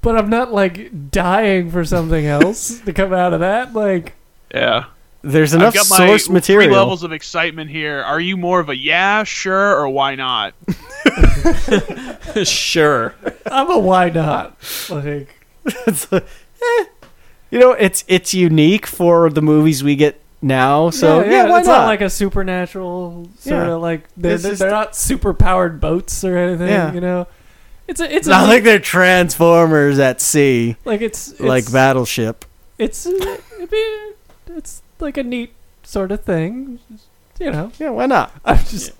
but I'm not like dying for something else to come out of that. Like, yeah. There's I've enough got my source material. Three levels of excitement here. Are you more of a yeah, sure, or why not? sure. I'm a why not? Like, It's like, eh. You know, it's it's unique for the movies we get now. So yeah, why it's not? like a supernatural sort Yeah. of like they're, It's they're, just- they're not super powered boats or anything. Yeah. You know, it's a it's it's not a, like they're Transformers at sea, like it's, it's like Battleship. It's uh, it'd be, it's like a neat sort of thing. You know, Yeah, why not? I'm just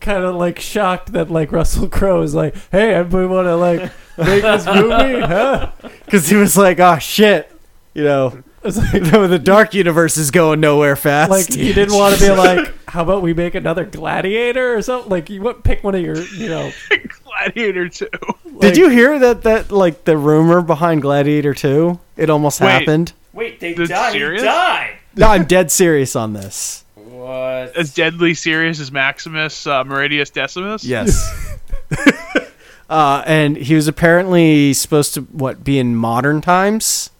kind of like shocked that like Russell Crowe is like, hey, everybody want to like make this movie? Huh? Because he was like, oh shit, you know. It's like, No, the dark universe is going nowhere fast. like you didn't want to be like, how about we make another Gladiator or something? Like you would pick one of your, you know. Gladiator Two. Did you hear that? That like the rumor behind Gladiator Two? It almost Wait. happened. Wait, they That's died. serious? He died. No, I'm dead serious on this. What? As deadly serious as Maximus uh, Meridius Decimus. Yes. uh, and he was apparently supposed to what be in modern times.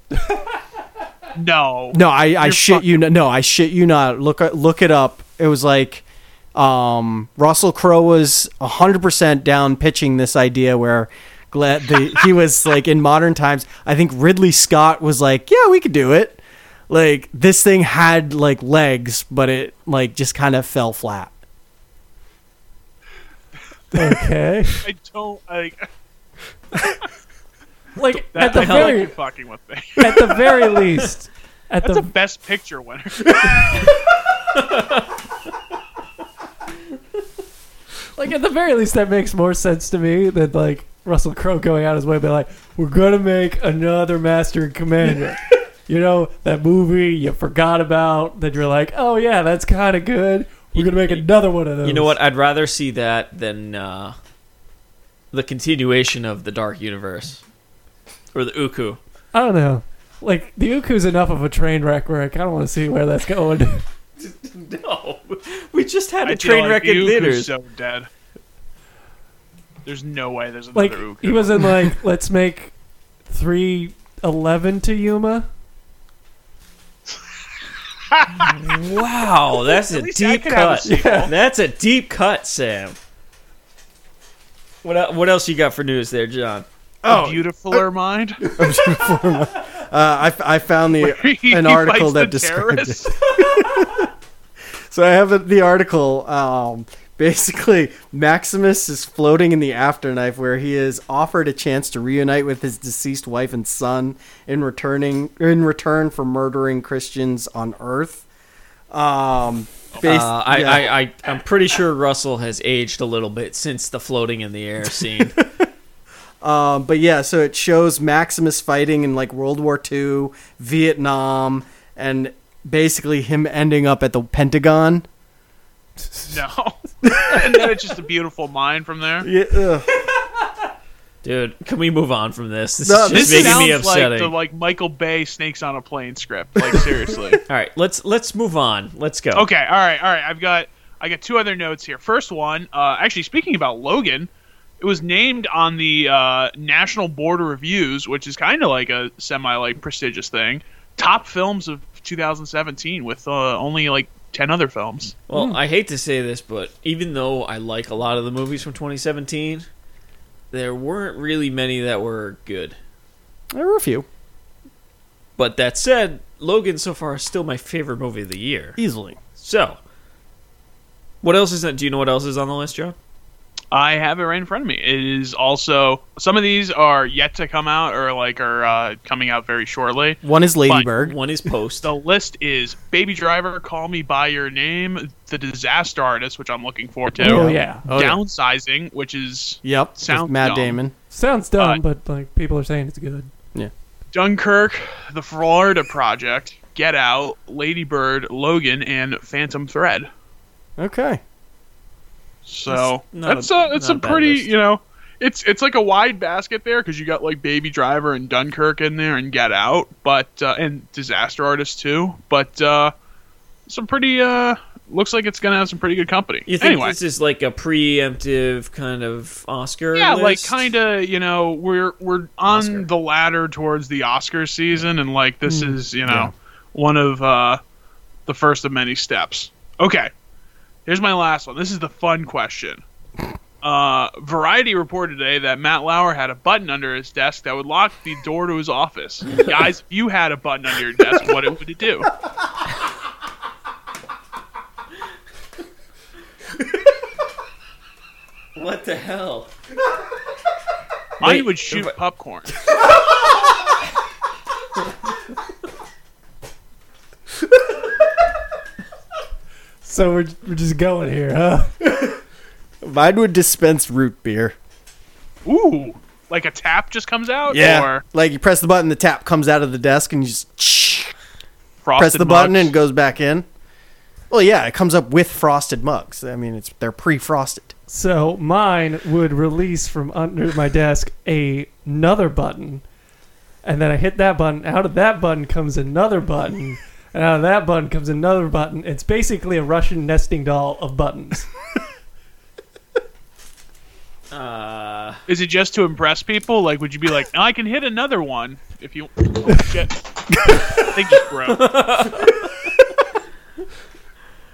No. No, I, I shit you not. No, I shit you not. Look uh, look it up. It was like um, Russell Crowe was hundred percent down pitching this idea where glad the, he was like in modern times. I think Ridley Scott was like, yeah, we could do it. Like this thing had like legs, but it like just kind of fell flat. Okay. I don't. I, Like that, at the I feel like very you're fucking with me. at the very least, at That's a the best picture winner. like at the very least, that makes more sense to me than like Russell Crowe going out his way, and be like, we're gonna make another Master and Commander. You know that movie you forgot about that you're like, oh yeah, that's kind of good. We're gonna make another one of those. You know what? I'd rather see that than uh, the continuation of the Dark Universe or the Uku. I don't know. Like the Uku's enough of a train wreck where I kind of want to see where that's going. No, we just had a I feel train like wreck in Ugu's theaters. So dead. There's no way there's another like Uku. he was in like let's make three eleven to Yuma. wow, that's a least I deep could have a cut. That's a deep cut, Sam. What el- what else you got for news there, John? oh, beautifuler mind. Uh, I, I found the He an article fights that the described it. terrorists. So I have a, the article. Um, basically, Maximus is floating in the afterlife where he is offered a chance to reunite with his deceased wife and son in returning in return for murdering Christians on Earth. Um, based, Uh, I, yeah. I, I I'm pretty sure Russell has aged a little bit since the floating in the air scene. Um, but yeah, so it shows Maximus fighting in like World War II, Vietnam, and basically him ending up at the Pentagon. no, and then it's just a beautiful mind from there. Yeah, ugh. Dude, can we move on from this? This No, is This just making sounds me like upsetting. the like Michael Bay snakes on a plane script. Like seriously. All right, let's let's move on. Let's go. Okay, all right, all right. I've got I got two other notes here. First one, uh, actually speaking about Logan, it was named on the uh, National Board of Reviews, which is kind of like a semi like prestigious thing. Top films of 2017 with uh, only like 10 other films. Well, I hate to say this, but even though I like a lot of the movies from 2017, there weren't really many that were good. there were a few But that said, Logan so far is still my favorite movie of the year. easily. So, what else is that? Do you know what else is on the list, Joe? I have it right in front of me. It is also some of these are yet to come out or like are uh, coming out very shortly. One is But- Ladybird. One is Post. The list is Baby Driver, Call Me by Your Name, The Disaster Artist, which I'm looking forward to. Oh yeah, Oh, yeah. downsizing, which is Yep, with Sounds Matt dumb. Damon. sounds dumb, Uh, but like people are saying it's good. Dunkirk, The Florida Project, Get Out, Lady Bird, Logan, and Phantom Thread. Okay. So not that's a- a that's not a a bad pretty list. you know it's it's like a wide basket there because you got like Baby Driver and Dunkirk in there and Get Out, but uh, and Disaster Artist too, but uh, some pretty uh looks like it's gonna have some pretty good company. You think anyway, this is like a preemptive kind of Oscar? yeah, like list? kind of you know we're we're on Oscar. the ladder towards the Oscar season, and like this Hmm. is you know one of uh, the first of many steps. Okay, here's my last one. This is the fun question. Uh, Variety reported today that Matt Lauer had a button under his desk that would lock the door to his office. Guys, if you had a button under your desk, what it would it do? What the hell? I would shoot popcorn. So we're we're just going here, huh? Mine would dispense root beer. Ooh, like a tap just comes out. or like you press the button, the tap comes out of the desk, and you just press frosted the button Muggs? and goes back in. Well, yeah, it comes up with frosted mugs. I mean, it's they're pre-frosted. So mine would release from under my desk a- another button, and then I hit that button. Out of that button comes another button, and out of that button comes another button. It's basically a Russian nesting doll of buttons. Uh, Is it just to impress people? Like, would you be like, I can hit another one if you? Oh shit! I think you broke.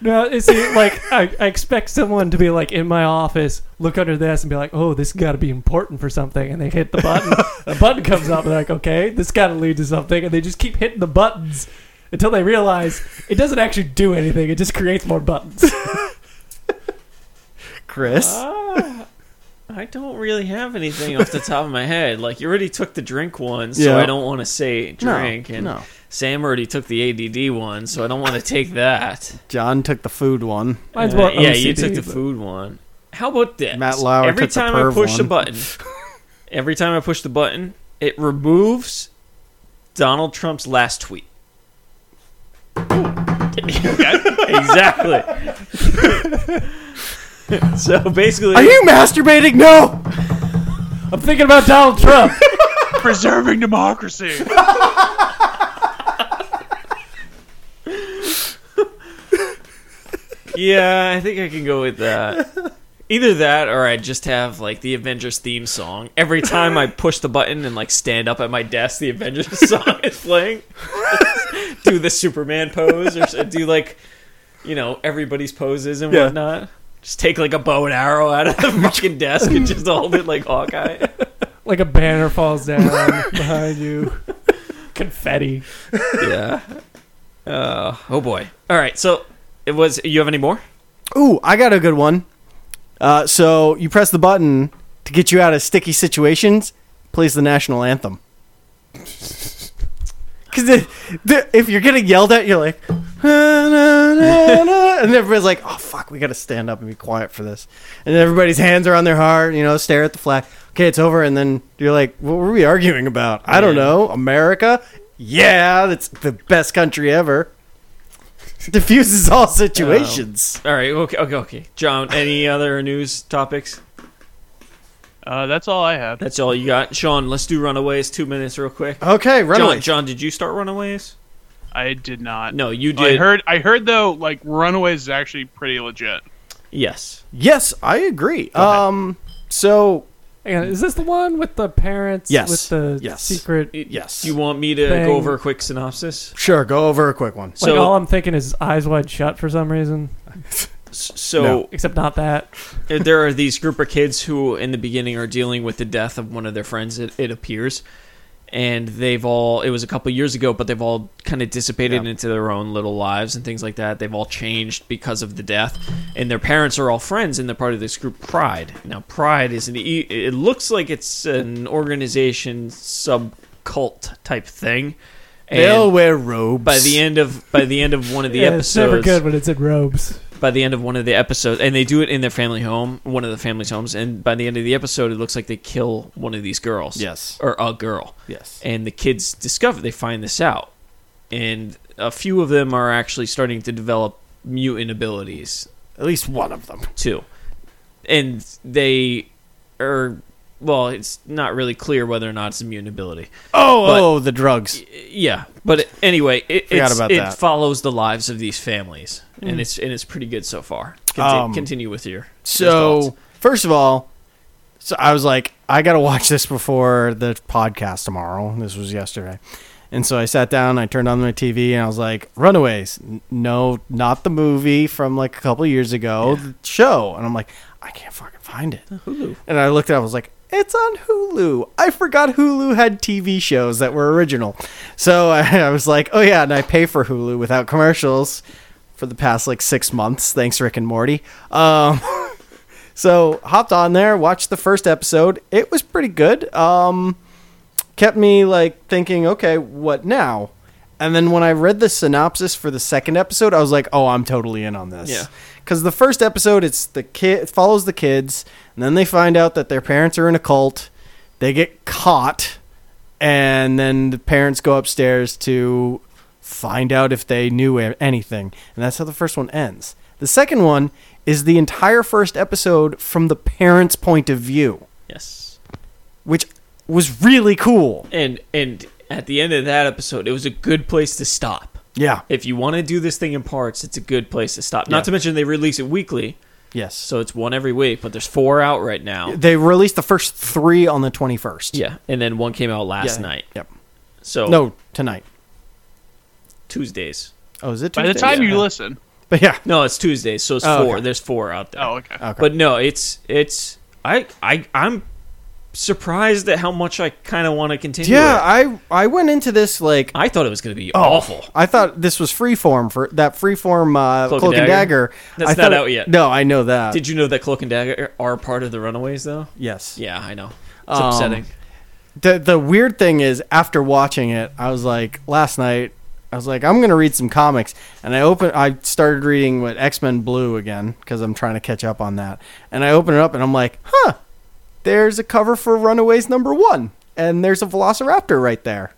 No, it's the- like I, I expect someone to be like in my office, look under this, and be like, "Oh, this got to be important for something," and they hit the button. the button comes up, and they're like, "Okay, this got to lead to something," and they just keep hitting the buttons until they realize it doesn't actually do anything. It just creates more buttons. Chris, I don't really have anything off the top of my head. Like you already took the drink one, so Yeah. I don't want to say No, drink. and no. Sam already took the ADD one, so I don't want to take that. John took the food one. Mine's Uh, more yeah, you OCD, took the but- food one. How about this? Matt Lauer Every took the time I perv push the one. button, every time I push the button, it removes Donald Trump's last tweet. exactly. so basically, Are you masturbating? No. I'm thinking about Donald Trump. preserving democracy. yeah, I think I can go with that. Either that, or I just have like the Avengers theme song every time I push the button and like stand up at my desk. The Avengers song is playing. do the Superman pose, or s- uh, do like you know everybody's poses and Yeah. whatnot. Just take like a bow and arrow out of the fucking desk and just hold it like Hawkeye. Like a banner falls down behind you. Confetti. Yeah. Uh, oh boy. All right. So it was. You have any more? Ooh, I got a good one. Uh, so you press the button to get you out of sticky situations. Plays the national anthem. Because if you're getting yelled at, you're like, "Na, na, na, na," and everybody's like, "Oh fuck, we got to stand up and be quiet for this." And everybody's hands are on their heart, you know, stare at the flag. Okay, it's over, and then you're like, "What were we arguing about?" I don't know. America, yeah, that's the best country ever. Diffuses all situations. All right. Okay. Okay. Okay. John, any other news topics? Uh, that's all I had. That's all you got. Sean, let's do Runaways. Two minutes, real quick. Okay, John, Runaways. John, did you start Runaways? I did not. No, you did. Oh, I heard. I heard though. Like Runaways is actually pretty legit. Yes. Yes, I agree. Um, so Hang on, is this the one with the parents? Yes. With the Yes. secret. Like yes, Do you want me to Bang. go over a quick synopsis? sure go over a quick one. So- all I'm thinking is eyes wide shut for some reason. S- So No. Except not that. there are these group of kids who, in the beginning, are dealing with the death of one of their friends. It, it appears, and they've all. It was a couple years ago, but they've all kind of dissipated into their own little lives and things like that. They've all changed because of the death, and their parents are all friends, and they're part of this group, Pride. Now, Pride is an. e- It looks like it's an organization sub cult type thing. They'll And wear robes by the end of by the end of one of the yeah, episodes, it's never good when it's in robes. by the end of one of the episodes, and they do it in their family home, one of the family's homes, and by the end of the episode, it looks like they kill one of these girls. Yes. Or a girl. Yes. And the kids discover, they find this out. And a few of them are actually starting to develop mutant abilities At least one of them. too. And they are, well, it's not really clear whether or not it's a mutant ability. Oh, But- oh, the drugs. Yeah, but anyway, it it's, about it that. Mm. follows the lives of these families, and it's and it's pretty good so far. Conti- Um, continue with your your So thoughts. first of all, so I was like, I gotta watch this before the podcast tomorrow. This was yesterday, and so I sat down, I turned on my TV, and I was like, Runaways. N- No, not the movie from like a couple years ago, the show. And I'm like, I can't fucking find it. Hulu. And I looked at it, I was like, it's on Hulu. I forgot Hulu had TV shows that were original. So I, I was like, oh yeah, and I pay for Hulu without commercials for the past like six months. Thanks, Rick and Morty. Um, so hopped on there, watched the first episode. It was pretty good. Um, kept me like thinking, okay, what now? And then when I read the synopsis for the second episode, I was like, oh, I'm totally in on this. Yeah. Because the first episode, it's the kid it follows the kids, and then they find out that their parents are in a cult. They get caught, and then the parents go upstairs to find out if they knew a- anything. And that's how the first one ends. The second one is the entire first episode from the parents' point of view, Yes, which was really cool. and and at the end of that episode, it was a good place to stop. Yeah. If you want to do this thing in parts, it's a good place to stop. Yeah. Not to mention they release it weekly, Yes. So so it's one every week. But there's four out right now. they released the first three on the 21st. Yeah, Oh. and then one came out last Yeah. night. Yep. So No, tonight. Tuesdays. Oh, is it By the Tuesday? time Yeah. you listen, But yeah. No, it's Tuesdays. So it's Oh, four. okay. There's four out there. oh okay. Okay. But no, it's it's I I I'm surprised at how much I kind of want to continue. yeah, it. I I went into this like I Oh. thought it was going to be awful. I thought this was freeform for that freeform uh, Cloak cloak, and and dagger. That's I not thought- out yet. No, I know that. Did you know that Cloak and Dagger are part of the Runaways though? yes. Yeah, I know. It's Um, upsetting. The the weird thing is after watching it, I was like last night. I was like, I'm gonna read some comics, and I open. I started reading what X Men Blue again because I'm trying to catch up on that. And I open it up, and I'm like, huh, there's a cover for Runaways number one, and there's a Velociraptor right there.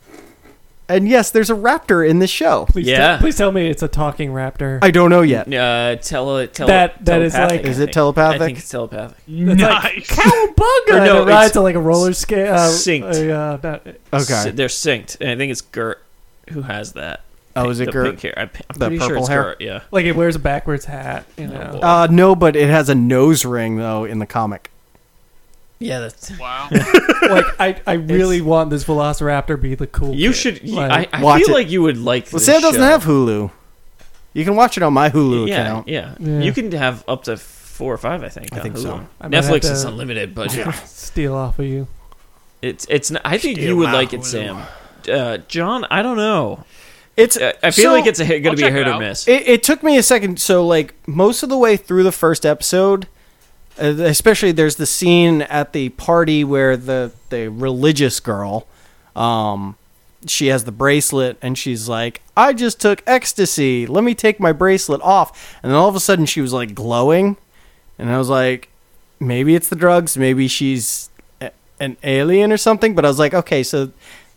And yes, there's a raptor in this show. Please Yeah. Tell, please tell me it's a talking raptor. I don't know yet. Uh, tele, tele, That- that is telepathic, like- I Is it think. telepathic? I think it's telepathic. nice. Cowabunga! Or And no, it rides it's on like a roller skate. Uh, synced. a, uh, not- S- Okay. they're synced, and I think it's Gert who has that. Oh, is it the Gert? Pink hair. I, am The pretty sure purple it's hair? Gert. Yeah. like it wears a backwards hat. You know. boy. Uh, no, but it has a nose ring though in the comic. Yeah, that's. Wow. like I, I really want this Velociraptor be the cool. You kid. should. you- Like, I, I watch feel it. like you would like. Well, this Sam doesn't show. have Hulu. You can watch it on my Hulu yeah, account. Yeah. Yeah. you can have up to four or five. I think. I on think Hulu. so. I might have Netflix is to- unlimited, but steal off of you. it's it's. Not, I think you Steal would my like it, Hulu. Sam. Uh, John, I don't know. It's. Uh, I feel so- like it's a going I'll to be a check hit it or out. miss. It, it took me a second. So, like, most of the way through the first episode, uh, especially there's the scene at the party where the, the religious girl, um, she has the bracelet and she's like, I just took ecstasy. Let me take my bracelet off. And then all of a sudden she was like glowing. And I was like, maybe it's the drugs. Maybe she's a- an alien or something. But I was like, okay, so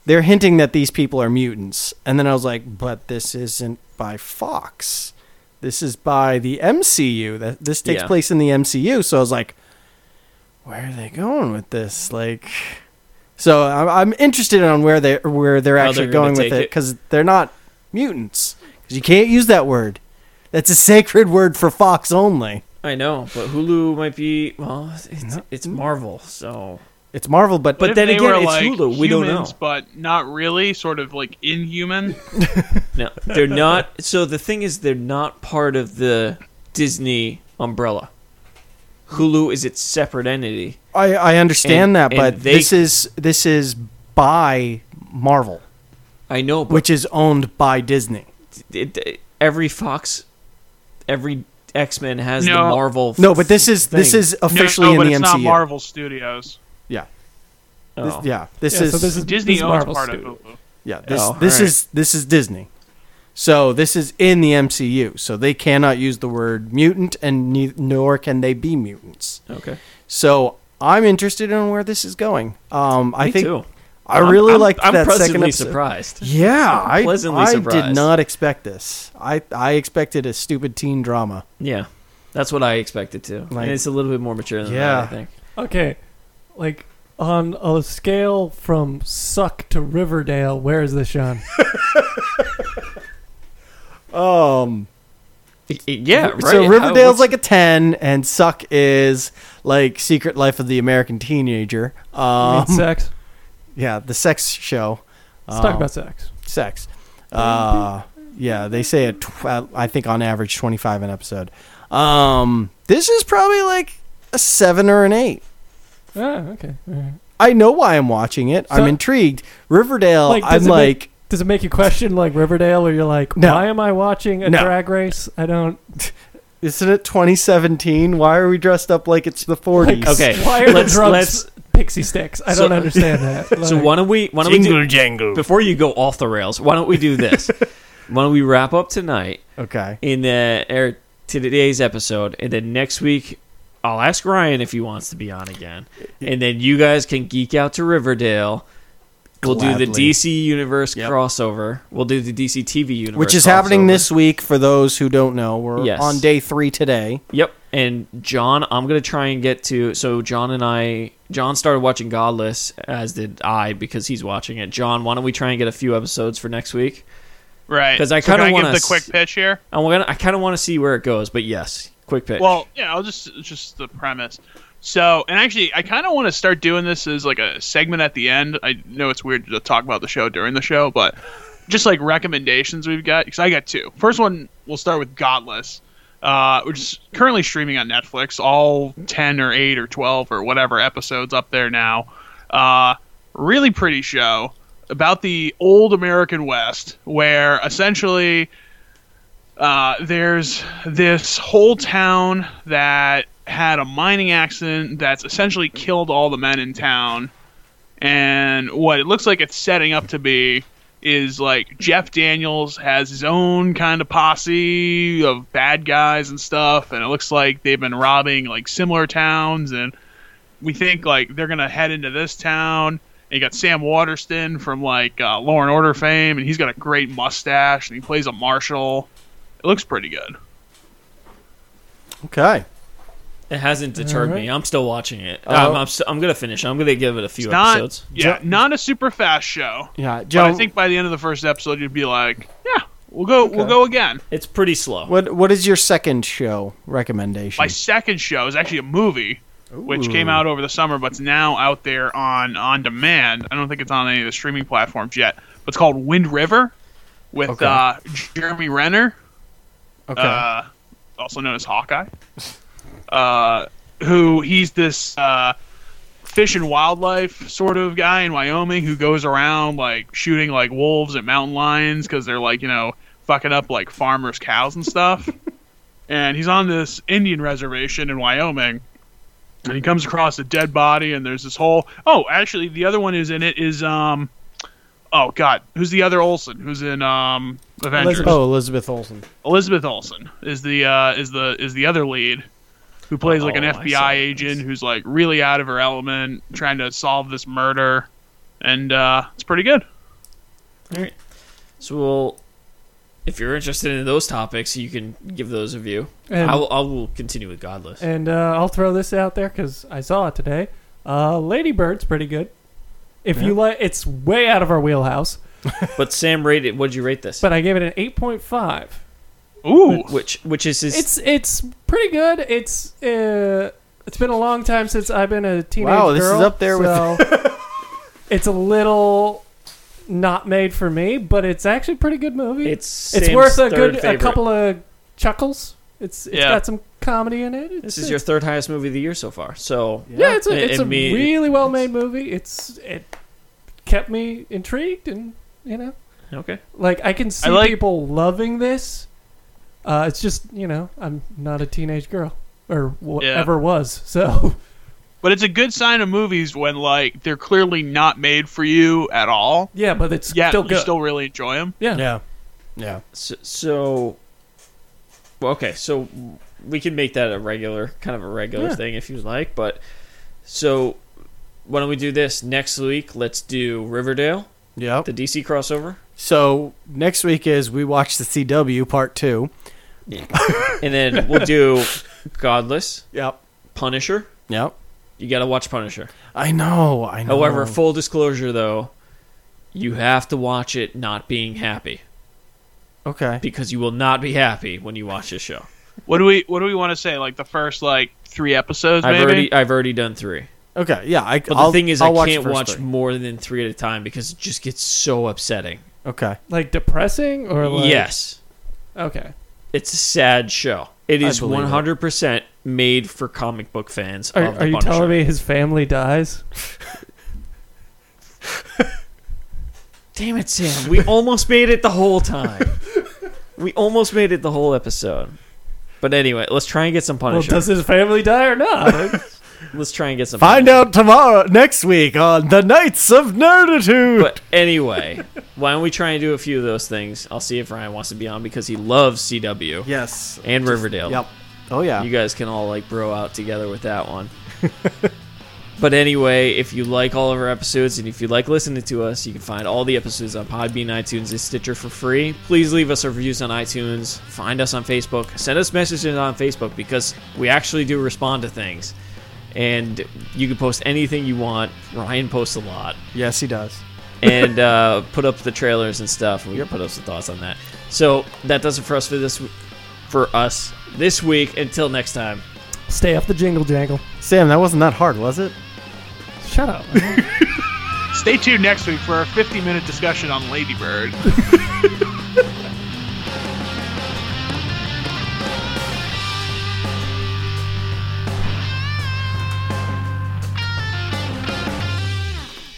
they're hinting that these people are mutants. And then I was like, but this isn't by Fox. This is by the MCU. That this takes Yeah. place in the MCU. So I was like, where are they going with this? Like, so I'm, I'm interested on where they where they're How actually they're gonna going with take it it. because they're not mutants. 'Cause you can't use that word. That's a sacred word for Fox only. I know, but Hulu might be. Well, it's, it's Marvel, so It's Marvel, but But if then they again, were, it's like, Hulu, we don't know. humans, But not really, sort of like inhuman. no, they're not. So the thing is, they're not part of the Disney umbrella. Hulu is its separate entity. I, I And- understand that, but and they- this is this is by Marvel, I know, but which is owned by Disney. it, it- every Fox, every X Men has the No. Marvel. f- No, but this is this thing. is officially no, no, but in the it's MCU. not Marvel Studios. Yeah, Oh. This- yeah. This Yeah, is so this is Disney this is owns Marvel part Studios. of Hulu. yeah. This Oh, this alright. is this is Disney. So this is in the MCU. So they cannot use the word mutant, and ne- nor can they be mutants. Okay. So I'm interested in where this is going. Um, I Me think too. I really I'm, liked I'm that pleasantly second episode. surprised. Yeah, I, pleasantly I did surprised. not expect this. I I expected a stupid teen drama. Yeah, that's what I expected too. Like- and it's a little bit more mature than Yeah. that. I think. Okay, like on a scale from suck to Riverdale, where is this Sean? Um, Y- y- Yeah. Right. so How- Riverdale's what's- like a ten, and Suck is like Secret Life of the American Teenager. I Um, mean, sex. yeah, the sex show. Let's Um, talk about sex. sex. Uh, yeah, they say it. Tw- I think on average twenty five an episode. Um, this is probably like a seven or an eight. Ah, okay. all right. I know why I'm watching it. I'm So- intrigued. Riverdale. Like, does I'm it make- like. Does it make you question like Riverdale, where you're like, No. why am I watching a No. drag race? I don't. Isn't it 2017? Why are we dressed up like it's the 40s? Okay. Why are let's the drums let's. pixie sticks? I So- don't understand that. So Like, why don't we? Why don't we do, jangle. before you go off the rails? Why don't we do this? why don't we wrap up tonight? Okay. in the er, to today's episode, and then next week I'll ask Ryan if he wants to be on again, and then you guys can geek out to Riverdale. We'll do Gladly. the DC Universe crossover. We'll do the DC TV Universe, Which is happening crossover. this week for those who don't know. We're Yes. on day three today. Yep. And John, I'm gonna try and get to. So John and I, John started watching Godless, as did I, because he's watching it. John, why don't we try and get a few episodes for next week? Right. 'Cause I So can kinda I wanna give the s- quick pitch here. I want. I kind of want to see where it goes, but yes, quick pitch. Well, yeah, I'll just just the premise. So, and actually, I kind of want to start doing this as like a segment at the end. I know it's weird to talk about the show during the show, but just like recommendations we've got because I got two. First one, we'll start with Godless, uh, which is currently streaming on Netflix. All ten or eight or twelve or whatever episodes up there now. Uh, really pretty show about the old American West, where essentially uh, there's this whole town that had a mining accident that's essentially killed all the men in town. And what it looks like it's setting up to be is like Jeff Daniels has his own kind of posse of bad guys and stuff. And it looks like they've been robbing like similar towns. And we think like they're going to head into this town. And you got Sam Waterston from like uh, Law and Order fame, and he's got a great mustache, and he plays a marshal. It looks pretty good. Okay. It hasn't deterred me. I'm still watching it. Uh, Oh. I'm, I'm, st- I'm gonna finish. it. I'm gonna give it a few It's not, episodes. yeah, not a super fast show. Yeah, But Joe. I think by the end of the first episode, you'd be like, yeah, we'll go, we'll go again. It's pretty slow. what what is your second show recommendation? My second show is actually a movie, which came out over the summer, but it's now out there on on demand. I don't think it's on any of the streaming platforms yet. But it's called Wind River with Okay. uh, Jeremy Renner, okay. uh, also known as Hawkeye, uh, who he's this uh, fish and wildlife sort of guy in Wyoming who goes around like shooting like wolves and mountain lions because they're like you know fucking up like farmers' cows and stuff. and he's on this Indian reservation in Wyoming. And he comes across a dead body, and there's this whole. Oh, actually, the other one who's in it is um, oh god, who's the other Olsen? Who's in um Avengers? Elizabeth. Oh, Elizabeth Olsen. Elizabeth Olsen is the uh, is the is the other lead, who plays like an Oh, I saw FBI agent this. who's like really out of her element, trying to solve this murder, and uh, it's pretty good. All right. So we'll, if you're interested in those topics, you can give those a view. And- I will. I will continue with Godless. And uh, I'll throw this out there because I saw it today. Uh, Ladybird's pretty good. If you like, it's way out of our wheelhouse, but Sam rated. What'd you rate this? but I gave it an eight point five. Ooh, which which is his It's it's pretty good. It's uh, it's been a long time since I've been a teenage Wow, this is girl, up there with- so it's a little not made for me, but it's actually a pretty good movie. It's it's Sam's worth a third good a favorite. couple of chuckles. It's it's Yeah. got some comedy in it. It's, This is your third highest movie of the year so far. So Yeah, it's a, And- it's a and me- really well made movie. It's it kept me intrigued, and you know, okay. like I can see I like- people loving this. Uh, it's just you know, I'm not a teenage girl or Yeah. whatever was. So but it's a good sign of movies when like they're clearly not made for you at all. yeah, but it's Yeah, still you good. still really enjoy them. yeah. Yeah. Yeah. So, so well, okay. So we can make that a regular kind of a regular Yeah. thing if you like. But so why don't we do this next week? Let's do Riverdale, Yep. the DC crossover, So next week is we watch the CW part two. and then we'll do Godless, Yep. Punisher. Yep. You got to watch Punisher. I know. I know. However, full disclosure though, you have to watch it not being happy okay. because you will not be happy when you watch this show. What do we What do we want to say? Like the first like three episodes, I've maybe. already I've already done 3. Okay. Yeah. I, But the I'll, thing is I'll I'll I watch can not first watch three. more than 3 at a time because it just gets so upsetting. Okay. like depressing or like yes. okay, It's a sad show. It I is believe it. 100% made for comic book fans. are, of the are you Punisher. telling me his family dies? Damn it, Sam. We almost made it the whole time. we almost made it the whole episode. But anyway, let's try and get some Well, Punisher. does his family die or not? let's try and get some Find Punisher. out tomorrow, next week on the Knights of Nerditude. But anyway, why don't we try and do a few of those things? I'll see if Ryan wants to be on because he loves CW yes. and Riverdale. Yep. Oh yeah. You guys can all like bro out together with that one. but anyway, if you like all of our episodes and if you like listening to us, you can find all the episodes on Podbean, iTunes, and Stitcher for free. Please leave us reviews on iTunes. Find us on Facebook. Send us messages on Facebook because we actually do respond to things. And you can post anything you want. Ryan posts a lot yes, he does. and uh, put up the trailers and stuff. We can put up some thoughts on that. So that does it for us for this for us this week. Until next time. Stay off the jingle jangle. Sam, that wasn't that hard, was it? Shut up. Stay tuned next week for a 50 minute discussion on Ladybird.